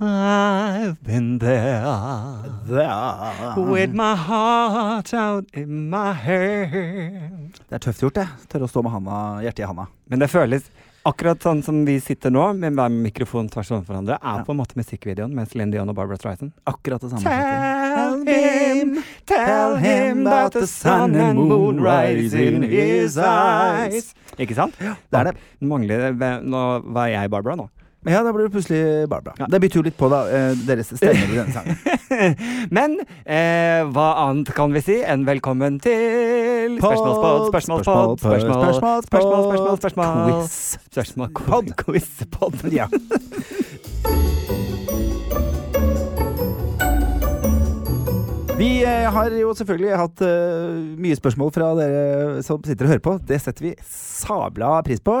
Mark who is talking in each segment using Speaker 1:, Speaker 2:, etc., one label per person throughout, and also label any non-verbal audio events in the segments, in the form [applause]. Speaker 1: I've been there with my heart out in my hand.
Speaker 2: Det er tøft gjort, det. Tørre å stå med handa, hjertet i handa.
Speaker 1: Men det føles akkurat sånn som vi sitter nå, med hver mikrofon tvers overfor hverandre, er på en måte musikkvideoen med Celine Dion og Barbara Streisand.
Speaker 2: Akkurat det samme.
Speaker 1: Tell him, tell him that the sun and moon rise in his eyes. Ikke sant?
Speaker 2: Det er det.
Speaker 1: Mangler, nå var jeg Barbara nå.
Speaker 2: Men ja, da blir det plutselig Barbara.
Speaker 1: Ja.
Speaker 2: Det byr jo litt på da, eh, deres stemmer i denne
Speaker 1: [laughs]
Speaker 2: sangen.
Speaker 1: Men eh, hva annet kan vi si enn velkommen til Spørsmålspod, spørsmålspod, spørsmål, spørsmål, spørsmål, spørsmål,
Speaker 2: Quiz.
Speaker 1: spørsmål, pod, [laughs] quizpod.
Speaker 2: Ja. Vi eh, har jo selvfølgelig hatt eh, mye spørsmål fra dere som sitter og hører på. Det setter vi sabla pris på.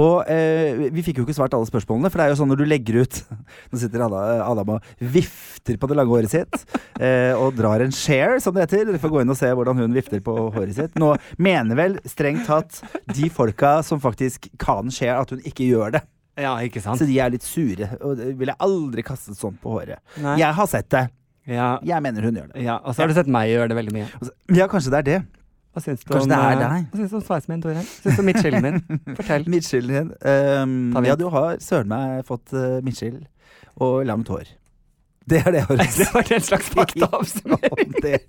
Speaker 2: Og eh, vi fikk jo ikke svart alle spørsmålene, for det er jo sånn når du legger ut [laughs] Nå sitter Ada- Adam og vifter på det lange håret sitt [laughs] eh, og drar en share, som det heter. Dere får gå inn og se hvordan hun vifter på håret sitt. Nå mener vel strengt tatt de folka som faktisk kan share, at hun ikke gjør det.
Speaker 1: Ja, ikke sant?
Speaker 2: Så de er litt sure, og det ville jeg aldri kastet sånn på håret.
Speaker 1: Nei.
Speaker 2: Jeg har sett det.
Speaker 1: Ja,
Speaker 2: Jeg mener hun gjør det.
Speaker 1: ja. Og så har du sett meg gjøre det veldig mye.
Speaker 2: Og så- Ja, kanskje det er det.
Speaker 1: Hva syns du
Speaker 2: Kanskje
Speaker 1: om,
Speaker 2: det er
Speaker 1: eh,
Speaker 2: deg?
Speaker 1: Hva syns du om sveisen min, Tore? Hva Syns du om midtskillen
Speaker 2: [laughs]
Speaker 1: min? Fortell. [laughs]
Speaker 2: Midtskillen din. ehm,
Speaker 1: Ta vi.
Speaker 2: ja, du har søren meg fått uh, midtskill og langt hår. Det er det jeg har
Speaker 1: [laughs]
Speaker 2: å si
Speaker 1: Det var en slags
Speaker 2: [laughs]
Speaker 1: faktaoppsummering.
Speaker 2: om det.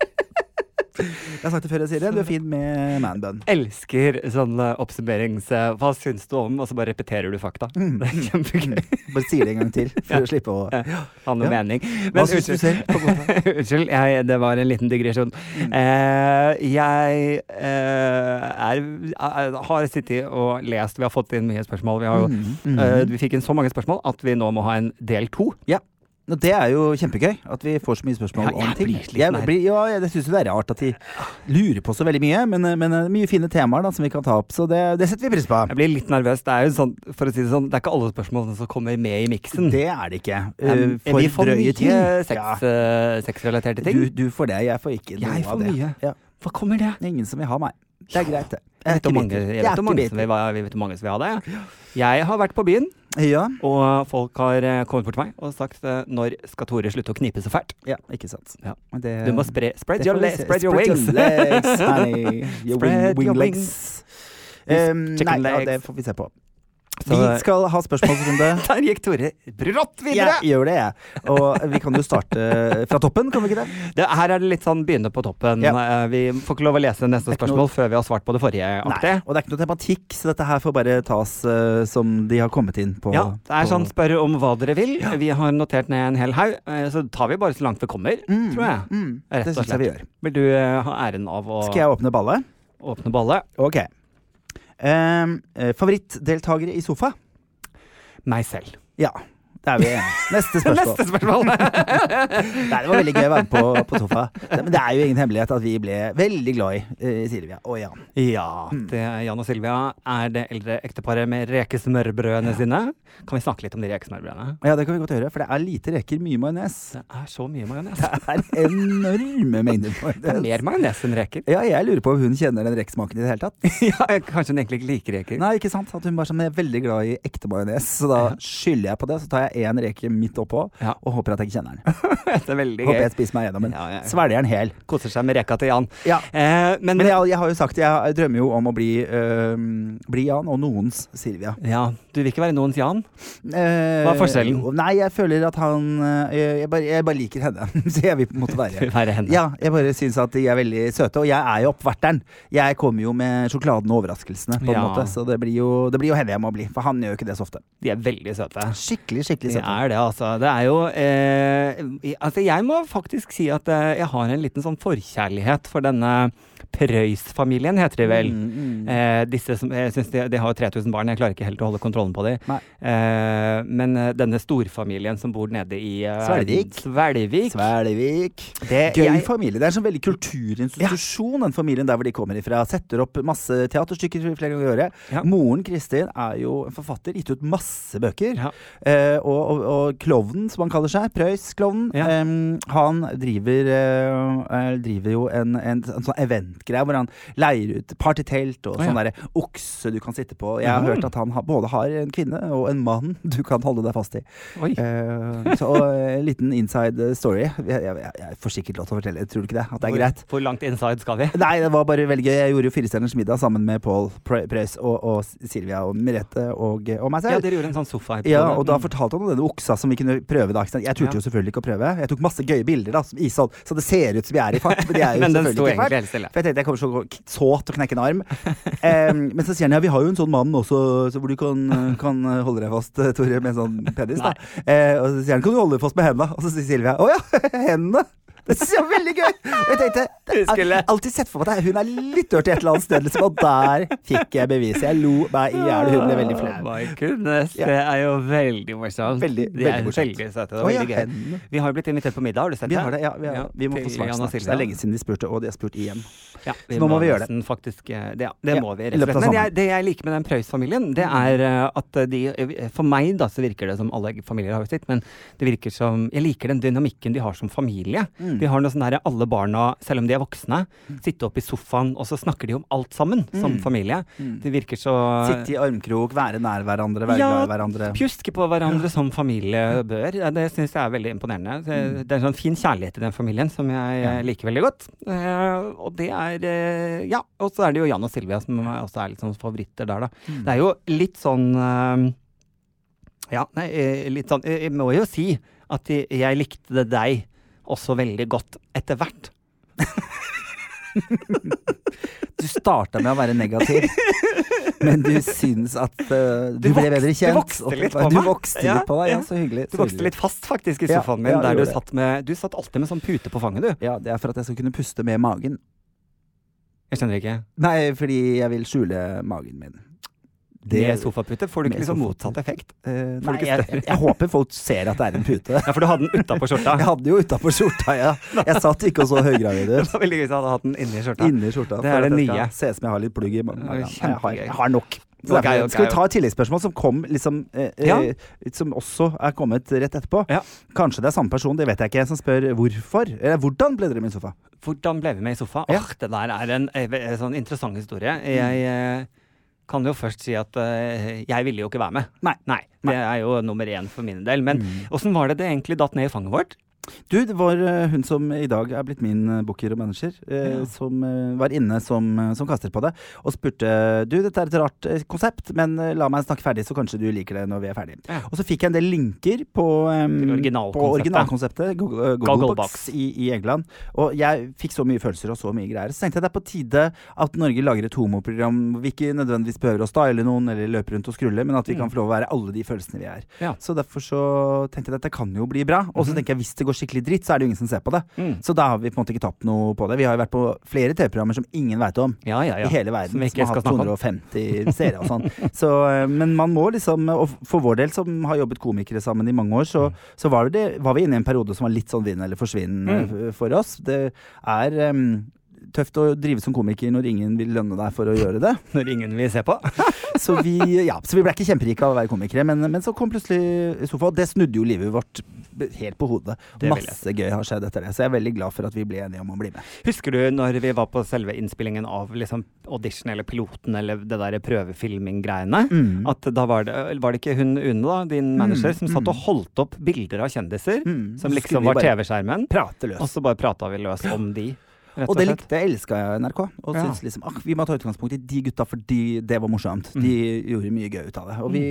Speaker 2: Jeg har sagt det før jeg sier det. Du er fin med manbun.
Speaker 1: Elsker sånn eh, oppsummerings... eh, Hva syns du om? Og så bare repeterer du fakta.
Speaker 2: Mm.
Speaker 1: Det er kjempegøy.
Speaker 2: Bare sier det en gang til, for å slippe å
Speaker 1: Ha noe
Speaker 2: Ja.
Speaker 1: mening.
Speaker 2: Hva
Speaker 1: Men
Speaker 2: syns du
Speaker 1: unnskyld.
Speaker 2: selv? På Mm. godt vei.
Speaker 1: [laughs] Unnskyld, jeg, det var en liten digresjon. Eh, jeg eh, er, er, har sittet og lest Vi har fått inn mye spørsmål. Vi, har jo,
Speaker 2: Mm,
Speaker 1: eh, vi fikk inn så mange spørsmål at vi nå må ha en del to.
Speaker 2: Ja. Og det er jo kjempegøy at vi får så mye spørsmål
Speaker 1: Ja,
Speaker 2: om
Speaker 1: jeg
Speaker 2: ting.
Speaker 1: blir sliten her.
Speaker 2: jeg blir, ja, jeg- jeg syns det er rart at de lurer på så veldig mye, men, eh, men det er mye fine temaer da, som vi kan ta opp. Så det, det setter vi pris på.
Speaker 1: Jeg blir litt nervøs. Det er jo sånn, for å si det sånn, det er ikke alle spørsmålene som kommer med i miksen.
Speaker 2: Det er det ikke.
Speaker 1: Eh,
Speaker 2: Eh, For
Speaker 1: vi får
Speaker 2: drøye
Speaker 1: mye
Speaker 2: ting. Ja.
Speaker 1: sex, eh, sexrelaterte ting.
Speaker 2: Du, du får det, jeg får ikke noe
Speaker 1: jeg
Speaker 2: av
Speaker 1: får
Speaker 2: det.
Speaker 1: mye.
Speaker 2: Ja.
Speaker 1: Hva kommer det?
Speaker 2: Det er ingen som vil ha meg. Det er greit, det. Jeg er
Speaker 1: Jeg vet
Speaker 2: ikke
Speaker 1: om mange,
Speaker 2: bitter.
Speaker 1: jeg
Speaker 2: Jeg er
Speaker 1: vet om mange
Speaker 2: ikke
Speaker 1: som vil, ha- vi vet om mange som vil ha det. jeg. Jeg har vært på byen.
Speaker 2: bitter. Ja.
Speaker 1: Og folk har eh, kommet bort til meg og sagt eh, når skal Tore slutte å knipe så fælt?
Speaker 2: ja, ikke sant.
Speaker 1: Ja.
Speaker 2: Men Det,
Speaker 1: Du må spre, spread,
Speaker 2: Eh, det
Speaker 1: your,
Speaker 2: får vi
Speaker 1: le
Speaker 2: se.
Speaker 1: spread your wings.
Speaker 2: [laughs] legs, honey. Your
Speaker 1: Spread
Speaker 2: wing, wing
Speaker 1: your
Speaker 2: legs. Um,
Speaker 1: Chicken
Speaker 2: nei, ja,
Speaker 1: legs.
Speaker 2: det får vi se på.
Speaker 1: [laughs] Så-
Speaker 2: vi skal ha [laughs] spørsmålsrunde.
Speaker 1: Der gikk Tore brått videre!
Speaker 2: Jeg gjør det, jeg. Og vi kan jo starte fra toppen, kan vi ikke det?
Speaker 1: Det, her er det litt sånn begynne på toppen.
Speaker 2: Ja.
Speaker 1: Eh, Vi får ikke lov å lese neste
Speaker 2: Det er ikke
Speaker 1: spørsmål før vi har svart på det forrige.
Speaker 2: Nei.
Speaker 1: aktig.
Speaker 2: Og det er ikke noe tematikk, så dette her får bare tas eh, som de har kommet inn på.
Speaker 1: Ja, det er
Speaker 2: på-
Speaker 1: sånn spør om hva dere vil. Vi har notert ned en hel haug, eh, så tar vi bare så langt vi kommer,
Speaker 2: Mm,
Speaker 1: tror jeg.
Speaker 2: Mm,
Speaker 1: Rett
Speaker 2: det
Speaker 1: og
Speaker 2: syns jeg vi gjør.
Speaker 1: Vil du eh, ha æren av å
Speaker 2: Skal jeg åpne ballet?
Speaker 1: åpne ballet?
Speaker 2: Ok. Um, eh, favorittdeltakere i sofa?
Speaker 1: Meg selv.
Speaker 2: Ja. Det er vi enige om.
Speaker 1: [laughs]
Speaker 2: Neste spørsmål.
Speaker 1: Neste spørsmål!
Speaker 2: Nei, det var veldig gøy å være med på, på sofa. Det- Men det er jo ingen hemmelighet at vi ble veldig glad i eh, Silvia og Jan.
Speaker 1: Ja, det er Jan og Silvia er det eldre ekteparet med rekesmørbrødene sine. Kan vi snakke litt om de rekesmørbrødene?
Speaker 2: Ja, det kan vi godt gjøre, for det er lite reker, mye majones.
Speaker 1: Det er så mye majones.
Speaker 2: Det er enorme mengder
Speaker 1: Det er
Speaker 2: majones.
Speaker 1: mer majones enn reker.
Speaker 2: Ja, jeg lurer på om hun kjenner den rekesmaken i det hele tatt.
Speaker 1: [laughs] ja, kanskje hun egentlig ikke liker reker.
Speaker 2: Nei, ikke sant? At hun bare sånn, jeg er veldig glad i ekte majones, så da skylder jeg på det. Så tar jeg én reke midt oppå
Speaker 1: Ja.
Speaker 2: og håper at jeg ikke kjenner den.
Speaker 1: Det er veldig
Speaker 2: Håper
Speaker 1: gøy.
Speaker 2: jeg spiser meg gjennom den.
Speaker 1: Ja, ja.
Speaker 2: Svelger den hel.
Speaker 1: Koser seg med reka til Jan.
Speaker 2: Ja.
Speaker 1: Eh, men
Speaker 2: Men jeg, jeg har jo sagt, jeg drømmer jo om å bli, øhm, bli Jan og noens Silvia.
Speaker 1: ja, du vil ikke være noens Jan?
Speaker 2: Eh,
Speaker 1: Hva er forskjellen?
Speaker 2: jo, Nei, jeg føler at han eh, jeg, bare, jeg bare liker henne, [laughs] så jeg vil på en måte
Speaker 1: Du
Speaker 2: være
Speaker 1: vil være henne.
Speaker 2: ja, jeg bare syns at de er veldig søte, og jeg er jo oppverteren. Jeg kommer jo med sjokoladen og overraskelsene, på en
Speaker 1: Ja.
Speaker 2: måte. Så det blir, jo, det blir jo henne jeg må bli, for han gjør jo ikke det så ofte.
Speaker 1: De er veldig søte.
Speaker 2: Skikkelig, skikkelig
Speaker 1: Det
Speaker 2: søte.
Speaker 1: er det, altså. Det er jo eh, i- Altså, jeg må faktisk si at eh, jeg har en liten sånn forkjærlighet for denne Preus-familien, heter de vel.
Speaker 2: Mm, mm.
Speaker 1: Eh, disse som, jeg synes de, de har jo 3000 barn, jeg klarer ikke helt å holde kontrollen på dem.
Speaker 2: Nei.
Speaker 1: Eh, men eh, denne storfamilien som bor nede i eh,
Speaker 2: Svelvik.
Speaker 1: Svelvik.
Speaker 2: Svelvik.
Speaker 1: Det-
Speaker 2: Gøy
Speaker 1: jeg-
Speaker 2: familie. Det er en sånn veldig kulturinstitusjon, den familien der hvor de kommer ifra. Setter opp masse teaterstykker flere ganger i året.
Speaker 1: Ja.
Speaker 2: Moren Kristin er jo en forfatter, gitt ut masse bøker.
Speaker 1: Ja.
Speaker 2: Eh, og, og, og klovnen, som han kaller seg, Preus-klovnen,
Speaker 1: Ja.
Speaker 2: em, han driver, eh, eh, driver jo en, en, en sånn eventgreie hvor han leier ut partytelt og
Speaker 1: Å, ja.
Speaker 2: sånn derre okse du kan sitte på. Jeg har
Speaker 1: Mhm.
Speaker 2: hørt at han har, både har har en kvinne og en mann du kan holde deg fast i.
Speaker 1: Oi.
Speaker 2: Eh, så eh, en liten inside story. Jeg, jeg, jeg får sikkert lov til å fortelle, tror du ikke det? At det er greit?
Speaker 1: Hvor langt inside skal vi?
Speaker 2: Nei, det var bare veldig gøy. Jeg gjorde jo Firestjerners middag sammen med Pål Pre- Preus og, og Silvia og Merete og, og meg selv.
Speaker 1: Ja, dere gjorde en sånn sofaepisode.
Speaker 2: Ja, og da fortalte han om denne oksa som vi kunne prøve. da ikke sant? Jeg turte
Speaker 1: Ja.
Speaker 2: jo selvfølgelig ikke å prøve. Jeg tok masse gøye bilder, da, som Ishold, så det ser ut som vi er i fart. Men, det er
Speaker 1: [laughs]
Speaker 2: jo
Speaker 1: Men den
Speaker 2: selvfølgelig
Speaker 1: sto
Speaker 2: ikke i fart.
Speaker 1: egentlig helt stille.
Speaker 2: For jeg tenkte jeg kommer så, så til å knekke en arm. Em, men så sier han ja, vi har jo en sånn mann også så hvor du kan, kan holde deg fast, Tore, med en sånn penis. da. Eh, og så sier han kan du holde deg fast med hendene? Og så sier Silvia å ja, [laughs] hendene. Det synes jeg var veldig gøy! Og jeg tenkte,
Speaker 1: Vi
Speaker 2: jeg
Speaker 1: skulle-
Speaker 2: har alltid sett for meg at hun er litt dørt i et eller annet sted, liksom, og der fikk jeg beviset. Jeg lo meg i hjel, og hun ble veldig flau.
Speaker 1: Oh my goodness, det er jo veldig morsomt.
Speaker 2: Veldig-
Speaker 1: De er
Speaker 2: veldig morsomt.
Speaker 1: veldig søte. Det
Speaker 2: Å
Speaker 1: var
Speaker 2: ja,
Speaker 1: veldig gøy.
Speaker 2: hendene.
Speaker 1: Vi har jo blitt invitert på middag, har du sett
Speaker 2: Vi
Speaker 1: det?
Speaker 2: har det, ja. Vi, har,
Speaker 1: Ja,
Speaker 2: vi må
Speaker 1: til
Speaker 2: få svar
Speaker 1: Jan og
Speaker 2: snart. Det
Speaker 1: Silvia.
Speaker 2: er lenge siden de spurte, og de har spurt igjen.
Speaker 1: Ja,
Speaker 2: Så nå må vi gjøre det.
Speaker 1: nesten Faktisk, eh, det, ja, det
Speaker 2: Ja,
Speaker 1: må vi
Speaker 2: i
Speaker 1: rett og
Speaker 2: løpet av
Speaker 1: slett. Men
Speaker 2: sommeren. Mm.
Speaker 1: jeg, det jeg liker med den Preus-familien, det er eh, at de For meg da, så virker det som alle familier har jo sitt, men det virker som Jeg liker den dynamikken de har som familie.
Speaker 2: Mm.
Speaker 1: De har noe sånn derre alle barna, selv om de er voksne, sitte oppe i sofaen, og så snakker de om alt sammen som
Speaker 2: Mm.
Speaker 1: familie. Det virker så
Speaker 2: Sitte i armkrok, være nær hverandre, være
Speaker 1: Ja,
Speaker 2: glad i hverandre.
Speaker 1: Pjuske på hverandre som familie bør. Ja, Det syns jeg er veldig imponerende.
Speaker 2: Mm.
Speaker 1: Det- Det er en sånn fin kjærlighet i den familien som jeg eh, liker veldig godt. Eh, Og det er eh, Ja. Og så er det jo Jan og Silvia som er- også er litt sånn favoritter der, da.
Speaker 2: Mm.
Speaker 1: Det er jo litt sånn eh, Ja, nei, eh, litt sånn eh, Jeg må jo si at jeg- jeg likte deg også veldig godt etter hvert.
Speaker 2: Du starta med å være negativ, men du syns at eh, du,
Speaker 1: Du vokste-
Speaker 2: ble bedre kjent.
Speaker 1: du vokste litt på
Speaker 2: Du
Speaker 1: meg.
Speaker 2: vokste
Speaker 1: Ja,
Speaker 2: litt på deg, ja.
Speaker 1: ja.
Speaker 2: Så hyggelig.
Speaker 1: Du
Speaker 2: så
Speaker 1: vokste
Speaker 2: hyggelig.
Speaker 1: litt fast faktisk i
Speaker 2: Ja,
Speaker 1: sofaen
Speaker 2: ja,
Speaker 1: min, der
Speaker 2: gjorde
Speaker 1: du
Speaker 2: det.
Speaker 1: satt med Du satt alltid med sånn pute på fanget, du.
Speaker 2: Ja, det er for at jeg skal kunne puste med magen.
Speaker 1: Jeg skjønner ikke.
Speaker 2: Nei, fordi jeg vil skjule magen min.
Speaker 1: Med sofapute får du
Speaker 2: Med
Speaker 1: ikke liksom
Speaker 2: sofapute.
Speaker 1: motsatt effekt.
Speaker 2: Eh,
Speaker 1: Får
Speaker 2: nei,
Speaker 1: du ikke
Speaker 2: jeg, jeg, håper folk ser at det er en pute.
Speaker 1: Ja, for du hadde den utapå skjorta.
Speaker 2: Jeg hadde jo utapå skjorta, ja. Jeg satt ikke og så høygravid
Speaker 1: [laughs] Det
Speaker 2: ut.
Speaker 1: var veldig gøy hvis jeg hadde hatt den inni skjorta.
Speaker 2: Inni
Speaker 1: Det
Speaker 2: skjorta. for
Speaker 1: er det
Speaker 2: at jeg skal
Speaker 1: nye.
Speaker 2: Se ut som jeg har litt plugg i magen.
Speaker 1: Det er
Speaker 2: Nei, Jeg har,
Speaker 1: kjempegøy.
Speaker 2: jeg har nok. Så
Speaker 1: Ok,
Speaker 2: derfor-
Speaker 1: ok,
Speaker 2: Skal vi
Speaker 1: ok.
Speaker 2: ta et tilleggsspørsmål som kom liksom eh, eh,
Speaker 1: Ja.
Speaker 2: Som også er kommet rett etterpå.
Speaker 1: Ja.
Speaker 2: Kanskje det er samme person, det vet jeg ikke, som spør hvorfor. Eller hvordan ble dere min sofa?
Speaker 1: Hvordan ble vi med i sofa?
Speaker 2: Ja.
Speaker 1: Åh, det der er en, eh, ve- eh, sånn interessant historie. Jeg eh, kan jo først si at eh, jeg ville jo ikke være med.
Speaker 2: Nei.
Speaker 1: Nei,
Speaker 2: Nei.
Speaker 1: Det er jo nummer én for min del. Men
Speaker 2: Mm.
Speaker 1: åssen var det det egentlig datt ned i fanget vårt?
Speaker 2: Du, det var eh, hun som i dag er blitt min eh, booker og manager, eh,
Speaker 1: Ja.
Speaker 2: som eh, var inne som, eh, som kaster på det, og spurte du, dette er et rart eh, konsept, men eh, la meg snakke ferdig, så kanskje du liker det når vi er ferdig.
Speaker 1: Ja.
Speaker 2: Og så fikk jeg en del linker på, eh,
Speaker 1: Til originalkonseptet.
Speaker 2: på originalkonseptet, Google, eh, Google
Speaker 1: Google
Speaker 2: Box,
Speaker 1: Box.
Speaker 2: i, i England. Og jeg fikk så mye følelser og så mye greier. Så tenkte jeg det er på tide at Norge lager et homoprogram hvor vi ikke nødvendigvis behøver å style noen eller løpe rundt og skrulle, men at vi
Speaker 1: Mm.
Speaker 2: kan få lov å være alle de følelsene vi er.
Speaker 1: Ja. Mhm.
Speaker 2: Så derfor så tenkte jeg dette kan jo bli bra. Og så tenker jeg hvis det går skikkelig dritt, så er det jo ingen som ser på det.
Speaker 1: Mm.
Speaker 2: Så da har vi på en måte ikke tapt noe på det. Vi har jo vært på flere TV-programmer som ingen veit om.
Speaker 1: Ja, ja,
Speaker 2: I
Speaker 1: ja.
Speaker 2: hele
Speaker 1: Som
Speaker 2: verden, som,
Speaker 1: vi ikke
Speaker 2: har hatt
Speaker 1: skal snakke om.
Speaker 2: 250 seere og sånn. Så, eh, men man må liksom Og for vår del, som har jobbet komikere sammen i mange år, så, så var, det, var vi inne i en periode som var litt sånn vinn eller forsvinn
Speaker 1: Mm.
Speaker 2: eh, for oss. Det er em, tøft å drive som komiker når ingen vil lønne deg for å gjøre det.
Speaker 1: [laughs] Når ingen vil se på.
Speaker 2: Så vi,
Speaker 1: [laughs]
Speaker 2: ja, så vi ble ikke kjemperike av å være komikere, men, men så kom plutselig sofa, og det snudde jo livet vårt b- helt på hodet.
Speaker 1: Det vil jeg
Speaker 2: Masse gøy har skjedd etter det, så jeg er veldig glad for at vi ble enige om å bli med.
Speaker 1: Husker du når vi var på selve innspillingen av liksom audition eller piloten eller det derre prøvefilming-greiene?
Speaker 2: Mm.
Speaker 1: At da var det, var det ikke hun Une, da, din manager, som satt og holdt opp bilder av kjendiser?
Speaker 2: Mm.
Speaker 1: Som
Speaker 2: Så skulle
Speaker 1: liksom
Speaker 2: vi
Speaker 1: var
Speaker 2: bare
Speaker 1: TV-skjermen.
Speaker 2: Prate
Speaker 1: Og
Speaker 2: løs.
Speaker 1: så bare prata vi løs om de. Rett
Speaker 2: Og det
Speaker 1: slett.
Speaker 2: likte jeg, elska jeg NRK. Og
Speaker 1: Ja.
Speaker 2: syntes liksom ah, vi må ta utgangspunkt i de gutta fordi det var morsomt.
Speaker 1: Mm.
Speaker 2: De gjorde mye gøy ut av det. Og vi,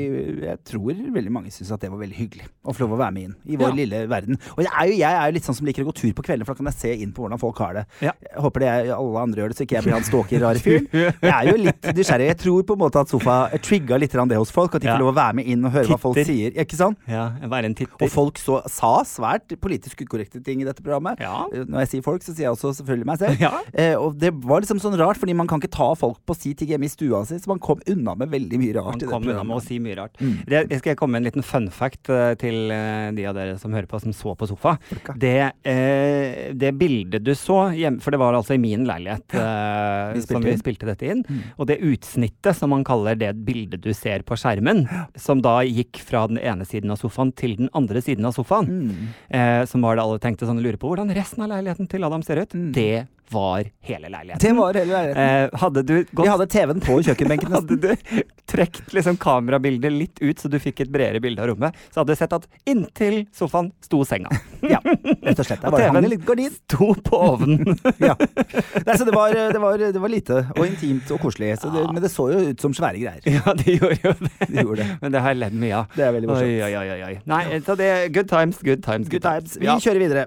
Speaker 2: jeg tror veldig mange syns at det var veldig hyggelig å få lov å være med inn i vår
Speaker 1: Ja.
Speaker 2: lille verden. Og jeg er jo, jeg er jo litt sånn som liker å gå tur på kveldene, for da kan jeg se inn på hvordan folk har det.
Speaker 1: Ja.
Speaker 2: Jeg håper det er, alle andre gjør det, så
Speaker 1: [laughs]
Speaker 2: ikke jeg blir han stalker rare fyren. [laughs] Jeg er jo litt nysgjerrig. Jeg tror på en måte at sofa trigga litt grann det hos folk, at de
Speaker 1: Ja.
Speaker 2: får lov å være med inn og høre hva folk
Speaker 1: Titter.
Speaker 2: sier. Ikke sant?
Speaker 1: Ja, være en titter.
Speaker 2: Og folk så, sa svært politisk ukorrekte ting i dette programmet.
Speaker 1: Ja.
Speaker 2: Eh, Når jeg sier folk, så sier jeg også selvfølgelig meg selv.
Speaker 1: Ja.
Speaker 2: Eh, og det var liksom sånn rart, fordi man kan ikke ta folk på si ting hjemme i stua si, så man kom unna med veldig mye rart.
Speaker 1: Han
Speaker 2: i det
Speaker 1: kom unna med å
Speaker 2: programmet.
Speaker 1: si mye rart.
Speaker 2: Mm.
Speaker 1: Det, jeg skal komme med en liten fun fact eh, til eh, de av dere som hører på, som så på sofa. Det, eh, det bildet du så hjemme For det var altså i min leilighet eh,
Speaker 2: Vi spilte
Speaker 1: som vi
Speaker 2: inn.
Speaker 1: spilte dette inn.
Speaker 2: mm.
Speaker 1: Og det utsnittet som man kaller det bildet du ser på skjermen, som da gikk fra den ene siden av sofaen til den andre siden av sofaen,
Speaker 2: Mm.
Speaker 1: eh, som var det alle tenkte sånn lurer på hvordan resten av leiligheten til Adam ser ut, det Det var hele leiligheten.
Speaker 2: Mm. Det var hele leiligheten.
Speaker 1: Eh, hadde du
Speaker 2: Vi
Speaker 1: gått
Speaker 2: hadde TV-en på kjøkkenbenken. nesten.
Speaker 1: [laughs] hadde du trukket liksom kamerabildet litt ut, så du fikk et bredere bilde av rommet, så hadde du sett at inntil sofaen sto
Speaker 2: [laughs]
Speaker 1: senga.
Speaker 2: Ja, rett og slett. Der var det
Speaker 1: TV-en.
Speaker 2: hang en liten gardin.
Speaker 1: [laughs] Sto på
Speaker 2: [laughs]
Speaker 1: ovnen.
Speaker 2: Ja. Nei, så det var, det, var, det var lite og intimt og koselig. Så det,
Speaker 1: Ja.
Speaker 2: men det så jo ut som svære greier.
Speaker 1: ja, de gjorde jo det.
Speaker 2: Det gjorde det.
Speaker 1: Men det har jeg ledd mye av.
Speaker 2: Det er veldig morsomt.
Speaker 1: Oi, oi, oi, oi, oi. Nei, så det er good times, good times, good,
Speaker 2: Good times. Vi
Speaker 1: Ja.
Speaker 2: kjører videre.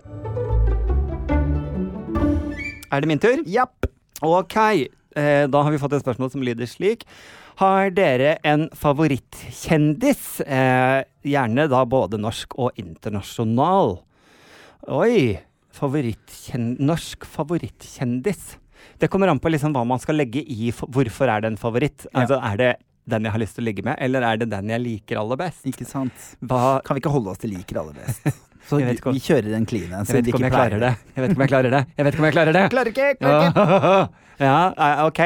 Speaker 1: Er det min tur?
Speaker 2: Japp.
Speaker 1: Ok, eh, da har vi fått et spørsmål som lyder slik. Har dere en favorittkjendis? Eh, gjerne da både norsk og internasjonal. Oi! Favorittkjen norsk favorittkjendis. Det kommer an på liksom hva man skal legge i f hvorfor er det en favoritt.
Speaker 2: Ja.
Speaker 1: Altså, Er det den jeg har lyst til å ligge med, eller er det den jeg liker aller best?
Speaker 2: Ikke sant.
Speaker 1: Hva,
Speaker 2: Kan vi ikke holde oss til liker aller best? Så
Speaker 1: Jeg vet ikke om-
Speaker 2: vi kjører den kline.
Speaker 1: jeg vet ikke om jeg klarer det. Jeg vet ikke om jeg klarer det. Jeg vet ikke om jeg klarer det.
Speaker 2: Klarer ikke, klarer ikke.
Speaker 1: [laughs] Ja, eh, ok.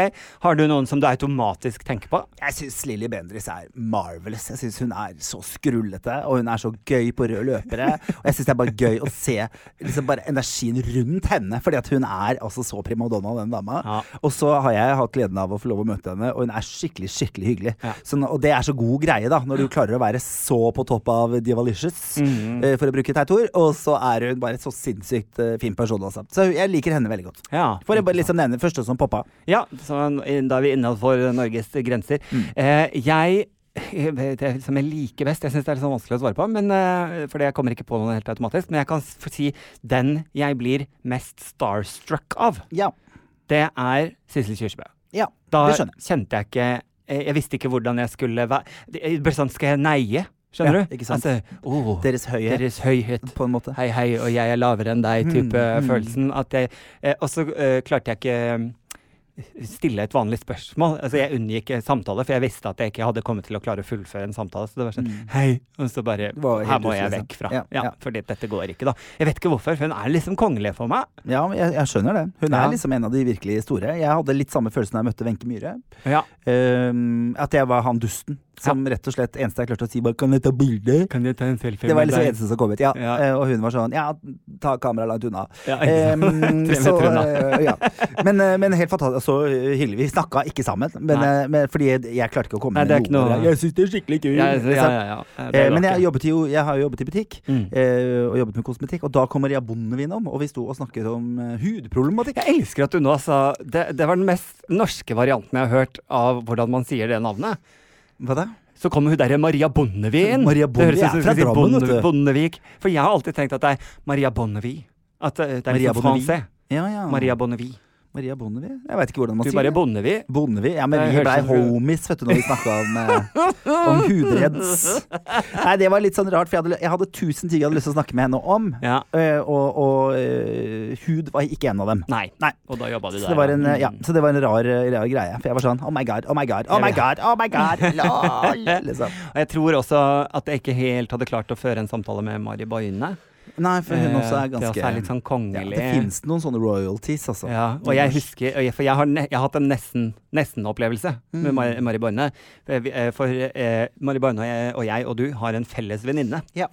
Speaker 1: Har du noen som du automatisk tenker på?
Speaker 2: Jeg syns Lilly Bendriss er marvelous. Jeg syns hun er så skrullete, og hun er så gøy på røde løpere. Og jeg syns det er bare gøy å se liksom bare energien rundt henne, fordi at hun er altså så primadonna, den dama.
Speaker 1: Ja.
Speaker 2: Og så har jeg hatt gleden av å få lov å møte henne, og hun er skikkelig, skikkelig hyggelig.
Speaker 1: Ja.
Speaker 2: Så nå- og det er så god greie, da, når du klarer å være så på topp av Divalicious,
Speaker 1: Mhm.
Speaker 2: eh, for å bruke et teit ord, og så er hun bare så sinnssykt eh, fin person, altså. Så jeg liker henne veldig godt.
Speaker 1: Ja,
Speaker 2: Får jeg bare liksom nevne første som poppa.
Speaker 1: Ja, så n- da er vi innenfor Norges grenser.
Speaker 2: Mm.
Speaker 1: Eh, jeg [laughs] det er som jeg liker best. Jeg syns det er litt sånn vanskelig å svare på, men, eh, fordi jeg kommer ikke på noen helt automatisk. Men jeg kan f- si den jeg blir mest starstruck av,
Speaker 2: Ja.
Speaker 1: det er Sissel Kyrkjebø.
Speaker 2: Ja,
Speaker 1: Da
Speaker 2: det skjønner jeg.
Speaker 1: kjente jeg ikke eh, Jeg visste ikke hvordan jeg skulle være Det ble sånn Skal jeg neie? Skjønner
Speaker 2: Ja,
Speaker 1: du?
Speaker 2: ikke sant.
Speaker 1: Altså, «Åh,
Speaker 2: Deres høye,
Speaker 1: deres høyhet.
Speaker 2: på en måte.
Speaker 1: Hei, hei, og jeg er lavere enn deg-type følelsen. At jeg, eh, og så eh, klarte jeg ikke eh, stille et vanlig spørsmål. Altså, jeg unngikk eh, samtale, for jeg visste at jeg ikke hadde kommet til å klare å fullføre en samtale. Så det var sånn Hei! Og så bare
Speaker 2: Det var
Speaker 1: Her
Speaker 2: helt
Speaker 1: må jeg
Speaker 2: utløsende.
Speaker 1: vekk fra.
Speaker 2: Ja,
Speaker 1: Ja,
Speaker 2: ja.
Speaker 1: Fordi dette går ikke, da. Jeg vet ikke hvorfor, for hun er liksom kongelig for meg.
Speaker 2: Ja, men jeg, jeg skjønner det. Hun
Speaker 1: Ja.
Speaker 2: er liksom en av de virkelig store. Jeg hadde litt samme følelsen da jeg møtte Wenche Myhre.
Speaker 1: Ja.
Speaker 2: Ehm, at jeg var han dusten som rett og slett eneste jeg klarte å si bare 'kan jeg ta bilde'?
Speaker 1: Kan jeg ta en selfie
Speaker 2: Det var liksom det eneste som kom ut. Ja.
Speaker 1: Ja.
Speaker 2: Eh, og hun var sånn 'ja, ta kameraet langt unna'.
Speaker 1: Ja, [laughs] ikke sant?
Speaker 2: Ehm,
Speaker 1: Tre
Speaker 2: så,
Speaker 1: meter unna.
Speaker 2: eh, ja. men, eh, men helt fantastisk. Så eh, hyggelig. Vi snakka ikke sammen, men,
Speaker 1: Nei.
Speaker 2: eh, men fordi jeg, jeg klarte ikke å komme
Speaker 1: Nei,
Speaker 2: med
Speaker 1: det er ikke
Speaker 2: noe
Speaker 1: noe-
Speaker 2: ord. Jeg syns det er skikkelig kult.
Speaker 1: Ja, ja, ja, ja. Det
Speaker 2: Eh,
Speaker 1: er rart,
Speaker 2: men jeg,
Speaker 1: ja.
Speaker 2: jobbet jo, jeg har jo jobbet i butikk.
Speaker 1: Mm.
Speaker 2: eh, Og jobbet med kosmetikk, og da kommer Jabonene vi innom, og vi sto og snakket om eh, hudproblematikk.
Speaker 1: Jeg elsker at du nå sa det, det var den mest norske varianten jeg har hørt av hvordan man sier det navnet.
Speaker 2: Hva da?
Speaker 1: Så kommer hun derre Maria Bonnevie inn.
Speaker 2: Maria
Speaker 1: Det
Speaker 2: Bonnevie
Speaker 1: høres ut
Speaker 2: er
Speaker 1: som
Speaker 2: fra
Speaker 1: hun sier
Speaker 2: Drammen,
Speaker 1: Bonne-
Speaker 2: vet du.
Speaker 1: Bonnevik. For jeg har alltid tenkt at det er Maria Bonnevie. At eh, det er
Speaker 2: Maria
Speaker 1: liksom
Speaker 2: Bonnevie.
Speaker 1: fransé.
Speaker 2: Ja, ja.
Speaker 1: Maria Bonnevie.
Speaker 2: Maria Bonnevie? Jeg veit ikke hvordan man
Speaker 1: Du
Speaker 2: sier
Speaker 1: bare
Speaker 2: det.
Speaker 1: Bonnevie.
Speaker 2: Bonnevie? Ja, men
Speaker 1: Nei,
Speaker 2: vi
Speaker 1: jeg
Speaker 2: blei
Speaker 1: hørte det.
Speaker 2: homies, vet du, når vi snakka om, eh, [laughs] om hudrens. Nei, det var litt sånn rart, for jeg hadde, jeg hadde tusen ting jeg hadde lyst til å snakke med henne om,
Speaker 1: Ja.
Speaker 2: eh, og, og eh, hud var ikke en av dem.
Speaker 1: Nei.
Speaker 2: Nei.
Speaker 1: Og da jobba du der.
Speaker 2: Så det, var en,
Speaker 1: ja. Mm.
Speaker 2: eh, ja, så det var en rar, eh, rar greie. For jeg var sånn Oh my god, oh my god, oh my god, oh my god,
Speaker 1: [laughs]
Speaker 2: lol! Liksom.
Speaker 1: Og jeg tror også at jeg ikke helt hadde klart å føre en samtale med Mari Boine.
Speaker 2: Nei, for hun
Speaker 1: Eh,
Speaker 2: også er
Speaker 1: Det også
Speaker 2: ganske
Speaker 1: er litt sånn
Speaker 2: ja,
Speaker 1: kongelig.
Speaker 2: Det fins noen sånne royalties, altså.
Speaker 1: Ja, og jeg husker, og jeg- for jeg har, ne, jeg har hatt en nesten- nesten-opplevelse
Speaker 2: Mm.
Speaker 1: med Mari, Mari Boine. For, vi- eh, for eh, Mari Boine og jeg, og jeg og du har en felles venninne.
Speaker 2: Ja.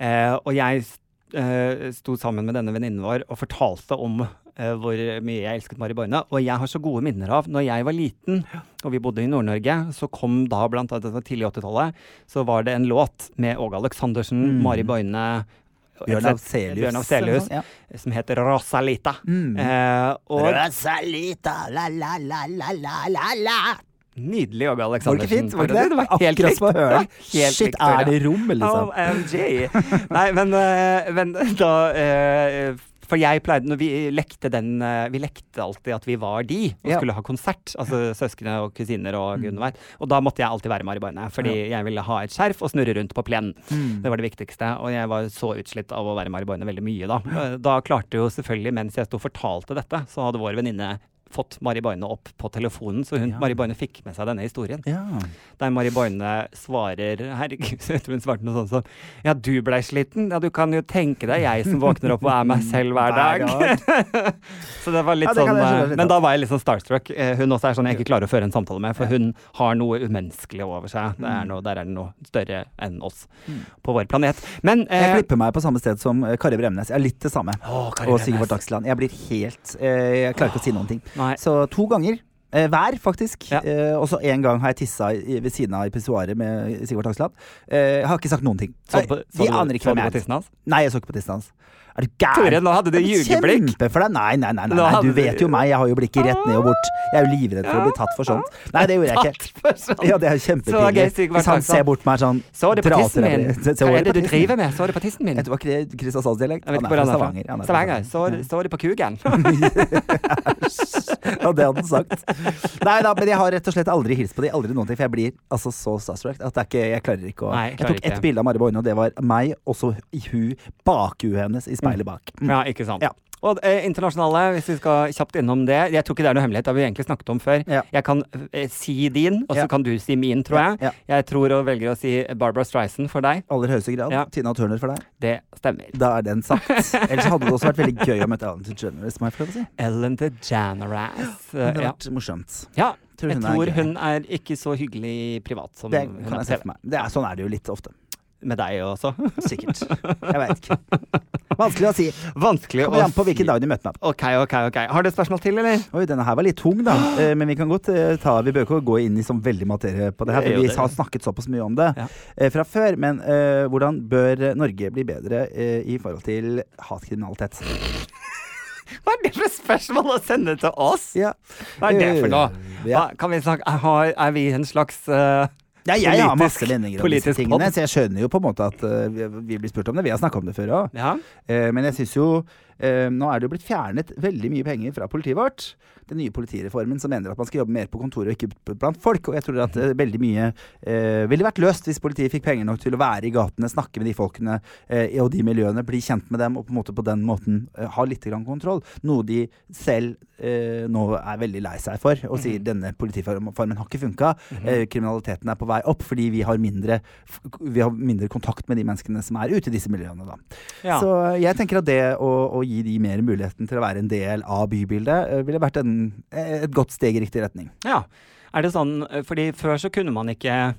Speaker 1: Eh, og jeg eh, sto sammen med denne venninnen vår og fortalte om eh, hvor mye jeg elsket Mari Boine. Og jeg har så gode minner av når jeg var liten og vi bodde i Nord-Norge, så kom da blant annet det var tidlig 80-tallet, så var det en låt med Åge Aleksandersen, Mari Boine og
Speaker 2: Mm. Bjørn
Speaker 1: et sett-
Speaker 2: Afselius.
Speaker 1: Bjørn Afselius,
Speaker 2: Ja. Mm.
Speaker 1: som heter Rosalita. Eh, og
Speaker 2: Rosalita, la, la, la, la, la, la, la.
Speaker 1: Nydelig Åge
Speaker 2: Var det
Speaker 1: Aleksandersen.
Speaker 2: ikke fint? Var det ikke det?
Speaker 1: var helt
Speaker 2: Akkurat som å
Speaker 1: riktig. Det
Speaker 2: høre det.
Speaker 1: var [laughs] helt
Speaker 2: Shit,
Speaker 1: riktig,
Speaker 2: er det
Speaker 1: ja.
Speaker 2: rom,
Speaker 1: OMG.
Speaker 2: liksom?
Speaker 1: Nei, men, eh, men [laughs] da eh, For jeg pleide Når vi lekte den eh, Vi lekte alltid at vi var de og
Speaker 2: Ja. Mm.
Speaker 1: skulle ha konsert. Altså søskne og kusiner og gudene veit. Og da måtte jeg alltid være Mari Boine, fordi jeg ville ha et skjerf og snurre rundt på plenen.
Speaker 2: Mm.
Speaker 1: Det var det viktigste. Og jeg var så utslitt av å være Mari Boine veldig mye da. Eh, Da klarte jo selvfølgelig, mens jeg sto og fortalte dette, så hadde vår venninne fått Mari Boine opp på telefonen, så hun,
Speaker 2: Ja.
Speaker 1: Mari Boine fikk med seg denne historien.
Speaker 2: Ja.
Speaker 1: Der Mari Boine svarer [laughs] Herregud, jeg tror hun svarte noe sånt som Ja, du blei sliten? Ja, du kan jo tenke deg jeg som våkner opp og er meg selv
Speaker 2: [laughs]
Speaker 1: hver dag. [laughs] så det var litt
Speaker 2: Ja, det kan
Speaker 1: sånn
Speaker 2: jeg skjønne
Speaker 1: eh,
Speaker 2: litt
Speaker 1: Men
Speaker 2: av.
Speaker 1: da var jeg litt sånn starstruck. Eh, Hun også er sånn jeg ikke klarer å føre en samtale med, for hun har noe umenneskelig over seg. Det
Speaker 2: Mm.
Speaker 1: er noe, der er det noe større enn oss på vår planet. Men
Speaker 2: Jeg
Speaker 1: eh,
Speaker 2: klipper meg på samme sted som eh, Kari Bremnes. Jeg er litt det samme.
Speaker 1: Å, Kari
Speaker 2: og
Speaker 1: Bremnes.
Speaker 2: Sigvart Dagsland. Jeg blir helt eh, Jeg klarer ikke å si noen ting.
Speaker 1: Nei.
Speaker 2: Så to ganger. eh, Hver, faktisk.
Speaker 1: Ja.
Speaker 2: Eh, og så én gang har jeg tissa i- ved siden av i pissoaret med Sigvart Dagsland. Eh, jeg har ikke sagt noen ting.
Speaker 1: så du på,
Speaker 2: Nei,
Speaker 1: så
Speaker 2: de
Speaker 1: du,
Speaker 2: aner ikke
Speaker 1: så du
Speaker 2: hvem
Speaker 1: på
Speaker 2: jeg er.
Speaker 1: tissen hans?
Speaker 2: Nei, jeg så ikke på tissen hans. Er du gæren?
Speaker 1: Tore, nå hadde du jugeblikk.
Speaker 2: Kjempe for deg. Nei, nei, nei, nei,
Speaker 1: Nå
Speaker 2: nei. Du
Speaker 1: hadde-
Speaker 2: vet jo meg. Jeg har jo blikket rett ned og bort. Jeg er jo livredd for å bli tatt for sånt. Nei, det gjorde jeg ikke. Ja,
Speaker 1: Så
Speaker 2: det er jo
Speaker 1: det er gøy,
Speaker 2: kjempepinlig.
Speaker 1: Sigvard
Speaker 2: Hvis han
Speaker 1: Dagsland.
Speaker 2: ser bort på meg sånn
Speaker 1: sånn. Så er det på
Speaker 2: dra til
Speaker 1: tissen
Speaker 2: deg-
Speaker 1: min.
Speaker 2: [laughs] Se- se
Speaker 1: Hva
Speaker 2: over
Speaker 1: er det
Speaker 2: på
Speaker 1: du
Speaker 2: tissen.
Speaker 1: driver med? Så er det på tissen min.
Speaker 2: Jeg vet ikke, det er Kristiansandsdialekt.
Speaker 1: Jeg vet
Speaker 2: Han
Speaker 1: ikke
Speaker 2: er
Speaker 1: hvordan
Speaker 2: fra
Speaker 1: det er fra.
Speaker 2: Stavanger. Han
Speaker 1: Stavanger.
Speaker 2: er fra
Speaker 1: Så er det- så er det på kugen.
Speaker 2: Ja, det hadde han sagt. [laughs] Nei da, men jeg har rett og slett aldri hilst på de, aldri noen ting, for jeg blir altså så starstruck at det er ikke, jeg klarer ikke å
Speaker 1: Nei, jeg
Speaker 2: Jeg
Speaker 1: klarer
Speaker 2: tok ett
Speaker 1: ikke.
Speaker 2: bilde av Mari Boine, og det var meg, og så i hu, bakhuet hennes i
Speaker 1: Mm.
Speaker 2: speilet bak.
Speaker 1: Ja, [laughs] ikke sant.
Speaker 2: [laughs] Ja.
Speaker 1: Og eh, internasjonale, hvis vi skal kjapt innom det. Jeg tror ikke det er noe hemmelighet, det har vi egentlig snakket om før.
Speaker 2: Ja.
Speaker 1: Jeg kan eh, si din, og så
Speaker 2: Ja.
Speaker 1: kan du si min, tror jeg.
Speaker 2: Ja,
Speaker 1: Jeg tror og velger å si Barbara Streisand for deg.
Speaker 2: Aller høyeste grad.
Speaker 1: Ja.
Speaker 2: Tina Turner for deg.
Speaker 1: Det stemmer.
Speaker 2: Da er den sagt. Ellers hadde det også vært veldig gøy å møte Ellen DeGeneres, må jeg få lov å si.
Speaker 1: Ellen DeGeneres. eh,
Speaker 2: Det hadde
Speaker 1: Ja.
Speaker 2: vært morsomt.
Speaker 1: ja.
Speaker 2: Tror
Speaker 1: Jeg
Speaker 2: hun er
Speaker 1: tror
Speaker 2: gøy.
Speaker 1: hun er ikke så hyggelig privat som
Speaker 2: Det
Speaker 1: hun
Speaker 2: kan
Speaker 1: er på
Speaker 2: jeg se
Speaker 1: TV.
Speaker 2: for meg. Det er, sånn er det jo litt ofte.
Speaker 1: Med deg også. [laughs]
Speaker 2: Sikkert. Jeg veit ikke. Vanskelig å si.
Speaker 1: Vanskelig
Speaker 2: Kommer an på
Speaker 1: si.
Speaker 2: hvilken dag de møter meg på.
Speaker 1: Ok, ok, ok. Har du et spørsmål til, eller?
Speaker 2: Oi, denne her var litt tung, da. Eh, Men vi kan godt eh, ta Vi bør ikke gå inn i sånn veldig materie på det her,
Speaker 1: Det er
Speaker 2: for
Speaker 1: jo
Speaker 2: vi
Speaker 1: det.
Speaker 2: har snakket såpass mye om det
Speaker 1: Ja.
Speaker 2: eh, fra før. Men eh, hvordan bør Norge bli bedre eh, i forhold til hatkriminalitet?
Speaker 1: Hva er det for spørsmål å sende til oss?
Speaker 2: Ja.
Speaker 1: Hva er det for noe?
Speaker 2: Ja.
Speaker 1: Hva, kan vi snakke, har, er vi en slags eh,
Speaker 2: Ja, jeg har
Speaker 1: Politisk-
Speaker 2: masse meninger om disse
Speaker 1: politisk
Speaker 2: tingene,
Speaker 1: podd.
Speaker 2: så jeg skjønner jo på en måte at eh, vi vi blir spurt om det. Vi har snakka om det før òg.
Speaker 1: Ja.
Speaker 2: Eh, Men jeg syns jo eh, Nå er det jo blitt fjernet veldig mye penger fra politiet vårt. Den nye politireformen som mener at man skal jobbe mer på kontoret og ikke blant folk. Og jeg tror at eh, veldig mye eh, ville vært løst hvis politiet fikk penger nok til å være i gatene, snakke med de folkene eh, og de miljøene, bli kjent med dem og på, en måte på den måten eh, ha litt grann kontroll. Noe de selv eh, nå er veldig lei seg for og
Speaker 1: Mhm.
Speaker 2: sier denne politiformen har ikke funka.
Speaker 1: Mm.
Speaker 2: Eh, kriminaliteten er på vei opp fordi vi har, mindre, vi har mindre kontakt med de menneskene som er ute i disse miljøene. da.
Speaker 1: ja.
Speaker 2: Så eh, jeg tenker at det å, å gi de mer muligheten til å være en del av bybildet, eh, ville vært en, eh, et godt steg i riktig retning.
Speaker 1: ja. Er det sånn eh, Fordi før så kunne man ikke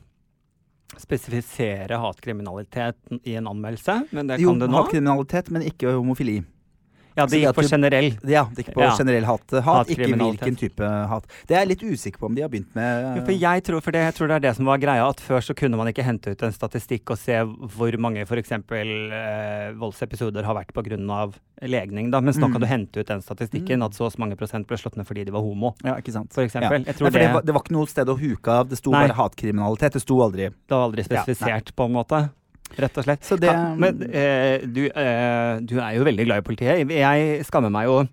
Speaker 1: spesifisere hatkriminalitet n- i en anmeldelse, men det
Speaker 2: Jo,
Speaker 1: kan du nå?
Speaker 2: hatkriminalitet, men ikke homofili.
Speaker 1: Ja, det
Speaker 2: Så det at
Speaker 1: gikk på
Speaker 2: du-
Speaker 1: generell.
Speaker 2: Ja, det er ikke på
Speaker 1: Ja.
Speaker 2: generell hat. eh, Hat, ikke
Speaker 1: Hatkriminalitet.
Speaker 2: hvilken type hat. Det er jeg litt usikker på om de har begynt
Speaker 1: Jo,
Speaker 2: med.
Speaker 1: For jeg tror, for det, jeg tror det er det som var greia, at før så kunne man ikke hente ut en statistikk og se hvor mange f.eks. Eh, voldsepisoder har vært pga. legning, da. mens nå
Speaker 2: Mm.
Speaker 1: kan du hente ut den statistikken at så og så mange prosent ble slått ned fordi de var homo,
Speaker 2: Ja, ikke sant.
Speaker 1: f.eks.
Speaker 2: Ja.
Speaker 1: Jeg
Speaker 2: Nei,
Speaker 1: tror
Speaker 2: for det,
Speaker 1: det,
Speaker 2: var, det var ikke noe sted å huke av. Det sto
Speaker 1: Nei.
Speaker 2: bare hatkriminalitet. Det sto aldri
Speaker 1: det var aldri
Speaker 2: Ja, nei.
Speaker 1: spesifisert, på en måte. Rett og slett.
Speaker 2: Så det
Speaker 1: ja, men eh, du, eh, du er jo veldig glad i politiet. Jeg skammer meg jo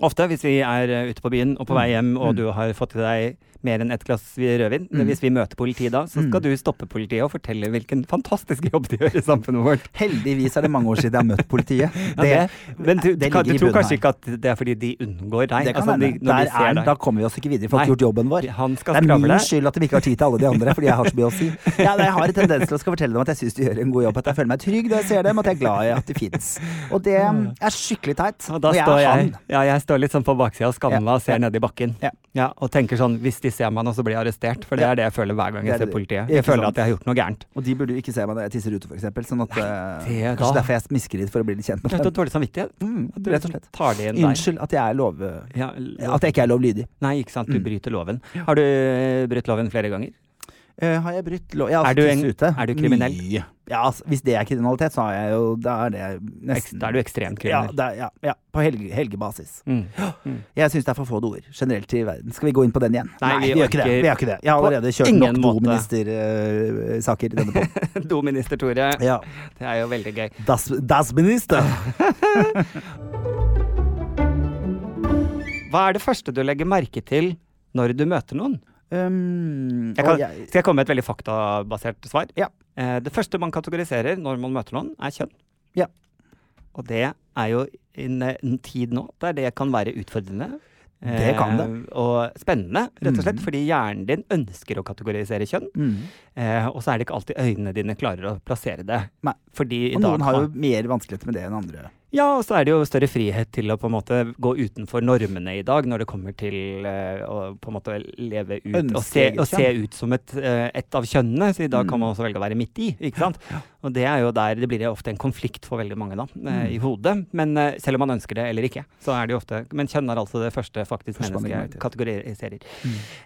Speaker 1: ofte hvis vi er eh, ute på byen og på vei hjem,
Speaker 2: Mm.
Speaker 1: og du har fått i deg mer enn ett glass rødvin.
Speaker 2: Mm.
Speaker 1: Hvis vi møter politiet da, så skal
Speaker 2: Mm.
Speaker 1: du stoppe politiet og fortelle hvilken fantastisk jobb de gjør i samfunnet vårt.
Speaker 2: Heldigvis er det mange år siden jeg har møtt politiet.
Speaker 1: Ja, det- men du,
Speaker 2: det
Speaker 1: kan, du
Speaker 2: ligger i
Speaker 1: tror
Speaker 2: bunnen
Speaker 1: kanskje
Speaker 2: her.
Speaker 1: ikke at det er fordi de unngår deg?
Speaker 2: det kan
Speaker 1: Altså, de,
Speaker 2: være.
Speaker 1: når
Speaker 2: Der
Speaker 1: de ser
Speaker 2: er, da
Speaker 1: deg.
Speaker 2: kommer vi oss ikke videre. Vi får
Speaker 1: Nei.
Speaker 2: ikke gjort jobben vår.
Speaker 1: Han
Speaker 2: Det
Speaker 1: skal
Speaker 2: er min
Speaker 1: skravle.
Speaker 2: skyld at de ikke har tid til alle de andre, fordi jeg har så mye å
Speaker 1: [laughs]
Speaker 2: si. Ja, nei, jeg har en tendens til å skal fortelle dem at jeg syns de gjør en god jobb, at jeg føler meg trygg når jeg ser dem, at jeg er glad i at de fins. Og det mm, er skikkelig teit.
Speaker 1: Og da
Speaker 2: jeg
Speaker 1: står
Speaker 2: er
Speaker 1: jeg,
Speaker 2: han.
Speaker 1: ja, jeg står litt sånn på baksida og skammer
Speaker 2: Ja.
Speaker 1: meg og ser ned i bakken.
Speaker 2: Ja.
Speaker 1: og tenker sånn Hvis de ser meg nå, så blir jeg arrestert. For det
Speaker 2: Ja.
Speaker 1: er det jeg føler hver gang
Speaker 2: Det
Speaker 1: jeg
Speaker 2: er
Speaker 1: ser
Speaker 2: det.
Speaker 1: politiet.
Speaker 2: Ikke
Speaker 1: Jeg føler
Speaker 2: sant.
Speaker 1: at jeg har gjort noe gærent.
Speaker 2: Og de burde jo ikke se meg når jeg tisser ute, f.eks. Sånn at eh,
Speaker 1: det er
Speaker 2: Kanskje
Speaker 1: da-
Speaker 2: derfor jeg smisker litt, for å bli litt kjent med
Speaker 1: Rett og
Speaker 2: dem.
Speaker 1: slett dårlig samvittighet.
Speaker 2: Mm,
Speaker 1: At du
Speaker 2: rett og slett.
Speaker 1: Tar det inn der.
Speaker 2: Unnskyld at jeg er lov... eh,
Speaker 1: Ja, l-
Speaker 2: At jeg ikke er lovlydig.
Speaker 1: nei, ikke sant. Du
Speaker 2: Mm.
Speaker 1: bryter loven. Har du eh, brutt loven flere ganger?
Speaker 2: Eh, har jeg brutt lov... Jeg har
Speaker 1: Er du
Speaker 2: tisset
Speaker 1: en-
Speaker 2: ute.
Speaker 1: er du kriminell?
Speaker 2: Mye. Ja, altså, hvis det er kriminalitet, så har jeg jo Da er det
Speaker 1: Eks-
Speaker 2: nesten
Speaker 1: Da er du ekstremt
Speaker 2: ja,
Speaker 1: kriminell.
Speaker 2: det er- ja, ja, på helge, helgebasis.
Speaker 1: Mm. [laughs]
Speaker 2: Jeg syns det er for få ord generelt i verden. Skal vi gå inn på den igjen?
Speaker 1: Nei, vi
Speaker 2: gjør ikke det.
Speaker 1: orker-
Speaker 2: Vi gjør ikke det. Jeg har
Speaker 1: På
Speaker 2: allerede kjørt
Speaker 1: ingen
Speaker 2: nok
Speaker 1: måte.
Speaker 2: doministersaker i
Speaker 1: [laughs]
Speaker 2: denne poden.
Speaker 1: Dominister Tore,
Speaker 2: ja.
Speaker 1: det er jo veldig gøy.
Speaker 2: das, das minister.
Speaker 1: Hva er det første du legger merke til når du møter noen?
Speaker 2: Um,
Speaker 1: Jeg kan-
Speaker 2: og jeg,
Speaker 1: Skal jeg komme med et veldig faktabasert svar?
Speaker 2: Ja.
Speaker 1: Eh, Det første man kategoriserer når man møter noen, er kjønn.
Speaker 2: Ja.
Speaker 1: Og det er jo i en en tid nå der det kan være utfordrende.
Speaker 2: Det kan det. Mm.
Speaker 1: Eh, Og spennende, rett og slett, fordi hjernen din ønsker å kategorisere kjønn. Eh, og så er det ikke alltid øynene dine klarer å plassere det.
Speaker 2: Nei.
Speaker 1: Fordi i
Speaker 2: Og
Speaker 1: dag
Speaker 2: noen har jo mer vanskeligheter med det enn andre. Mm.
Speaker 1: Ja, og så er det jo større frihet til å på en måte gå utenfor normene i dag, når det kommer til eh, å på en måte leve ut og se,
Speaker 2: Ønske eget
Speaker 1: og se ut som et, eh, et av kjønnene. Så i dag
Speaker 2: Mm.
Speaker 1: kan man også velge å være midt i, ikke sant. Og det er jo der det blir ofte en konflikt for veldig mange, da, eh,
Speaker 2: Mm.
Speaker 1: i hodet. Men eh, selv om man ønsker det eller ikke, så er det jo ofte Men kjønn er altså det første faktisk
Speaker 2: Første man legger merke
Speaker 1: mennesket
Speaker 2: til.
Speaker 1: kategoriserer.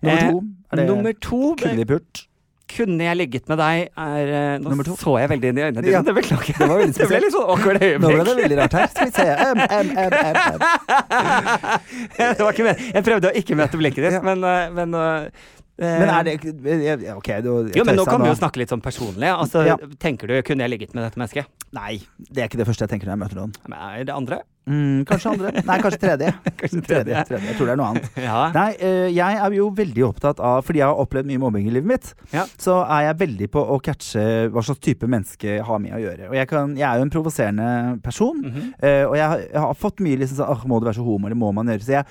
Speaker 2: Nummer
Speaker 1: Eh,
Speaker 2: to. Er det
Speaker 1: Nummer to eh,
Speaker 2: Kuldepult.
Speaker 1: kunne jeg ligget med deg er eh, Nå
Speaker 2: Nummer to.
Speaker 1: så jeg veldig inn i øynene dine,
Speaker 2: Ja.
Speaker 1: det beklager
Speaker 2: [laughs] Det var
Speaker 1: jeg.
Speaker 2: veldig
Speaker 1: [laughs] Det ble
Speaker 2: spesielt.
Speaker 1: litt sånn awkward
Speaker 2: Nå ble det
Speaker 1: øyeblikk.
Speaker 2: veldig rart her. Skal vi se. Um, um, um, um, um.
Speaker 1: [laughs] det var ikke men- jeg prøvde å ikke møte blikket ditt, men, eh, men [laughs] eh,
Speaker 2: Men er det eh, OK, da jeg
Speaker 1: jo, men nå
Speaker 2: tøysa
Speaker 1: kan vi jo snakke litt sånn personlig. Altså,
Speaker 2: Ja.
Speaker 1: Tenker du 'kunne jeg ligget med dette mennesket'?
Speaker 2: Nei, det er ikke det første jeg tenker når jeg møter noen.
Speaker 1: Men er det andre?
Speaker 2: Mm, kanskje andre. Nei, [laughs] kanskje tredje.
Speaker 1: Kanskje
Speaker 2: tredje. tredje. Jeg tror det er noe annet.
Speaker 1: [laughs] Ja.
Speaker 2: Nei, eh, jeg er jo veldig opptatt av Fordi jeg har opplevd mye mobbing i livet mitt,
Speaker 1: Ja.
Speaker 2: så er jeg veldig på å catche hva slags type menneske jeg har med å gjøre. Og jeg, kan, jeg er jo en provoserende person,
Speaker 1: Mhm.
Speaker 2: eh, og jeg, har- jeg har fått mye liksom sånn Åh, må du være så homo, eller må man gjøre Så jeg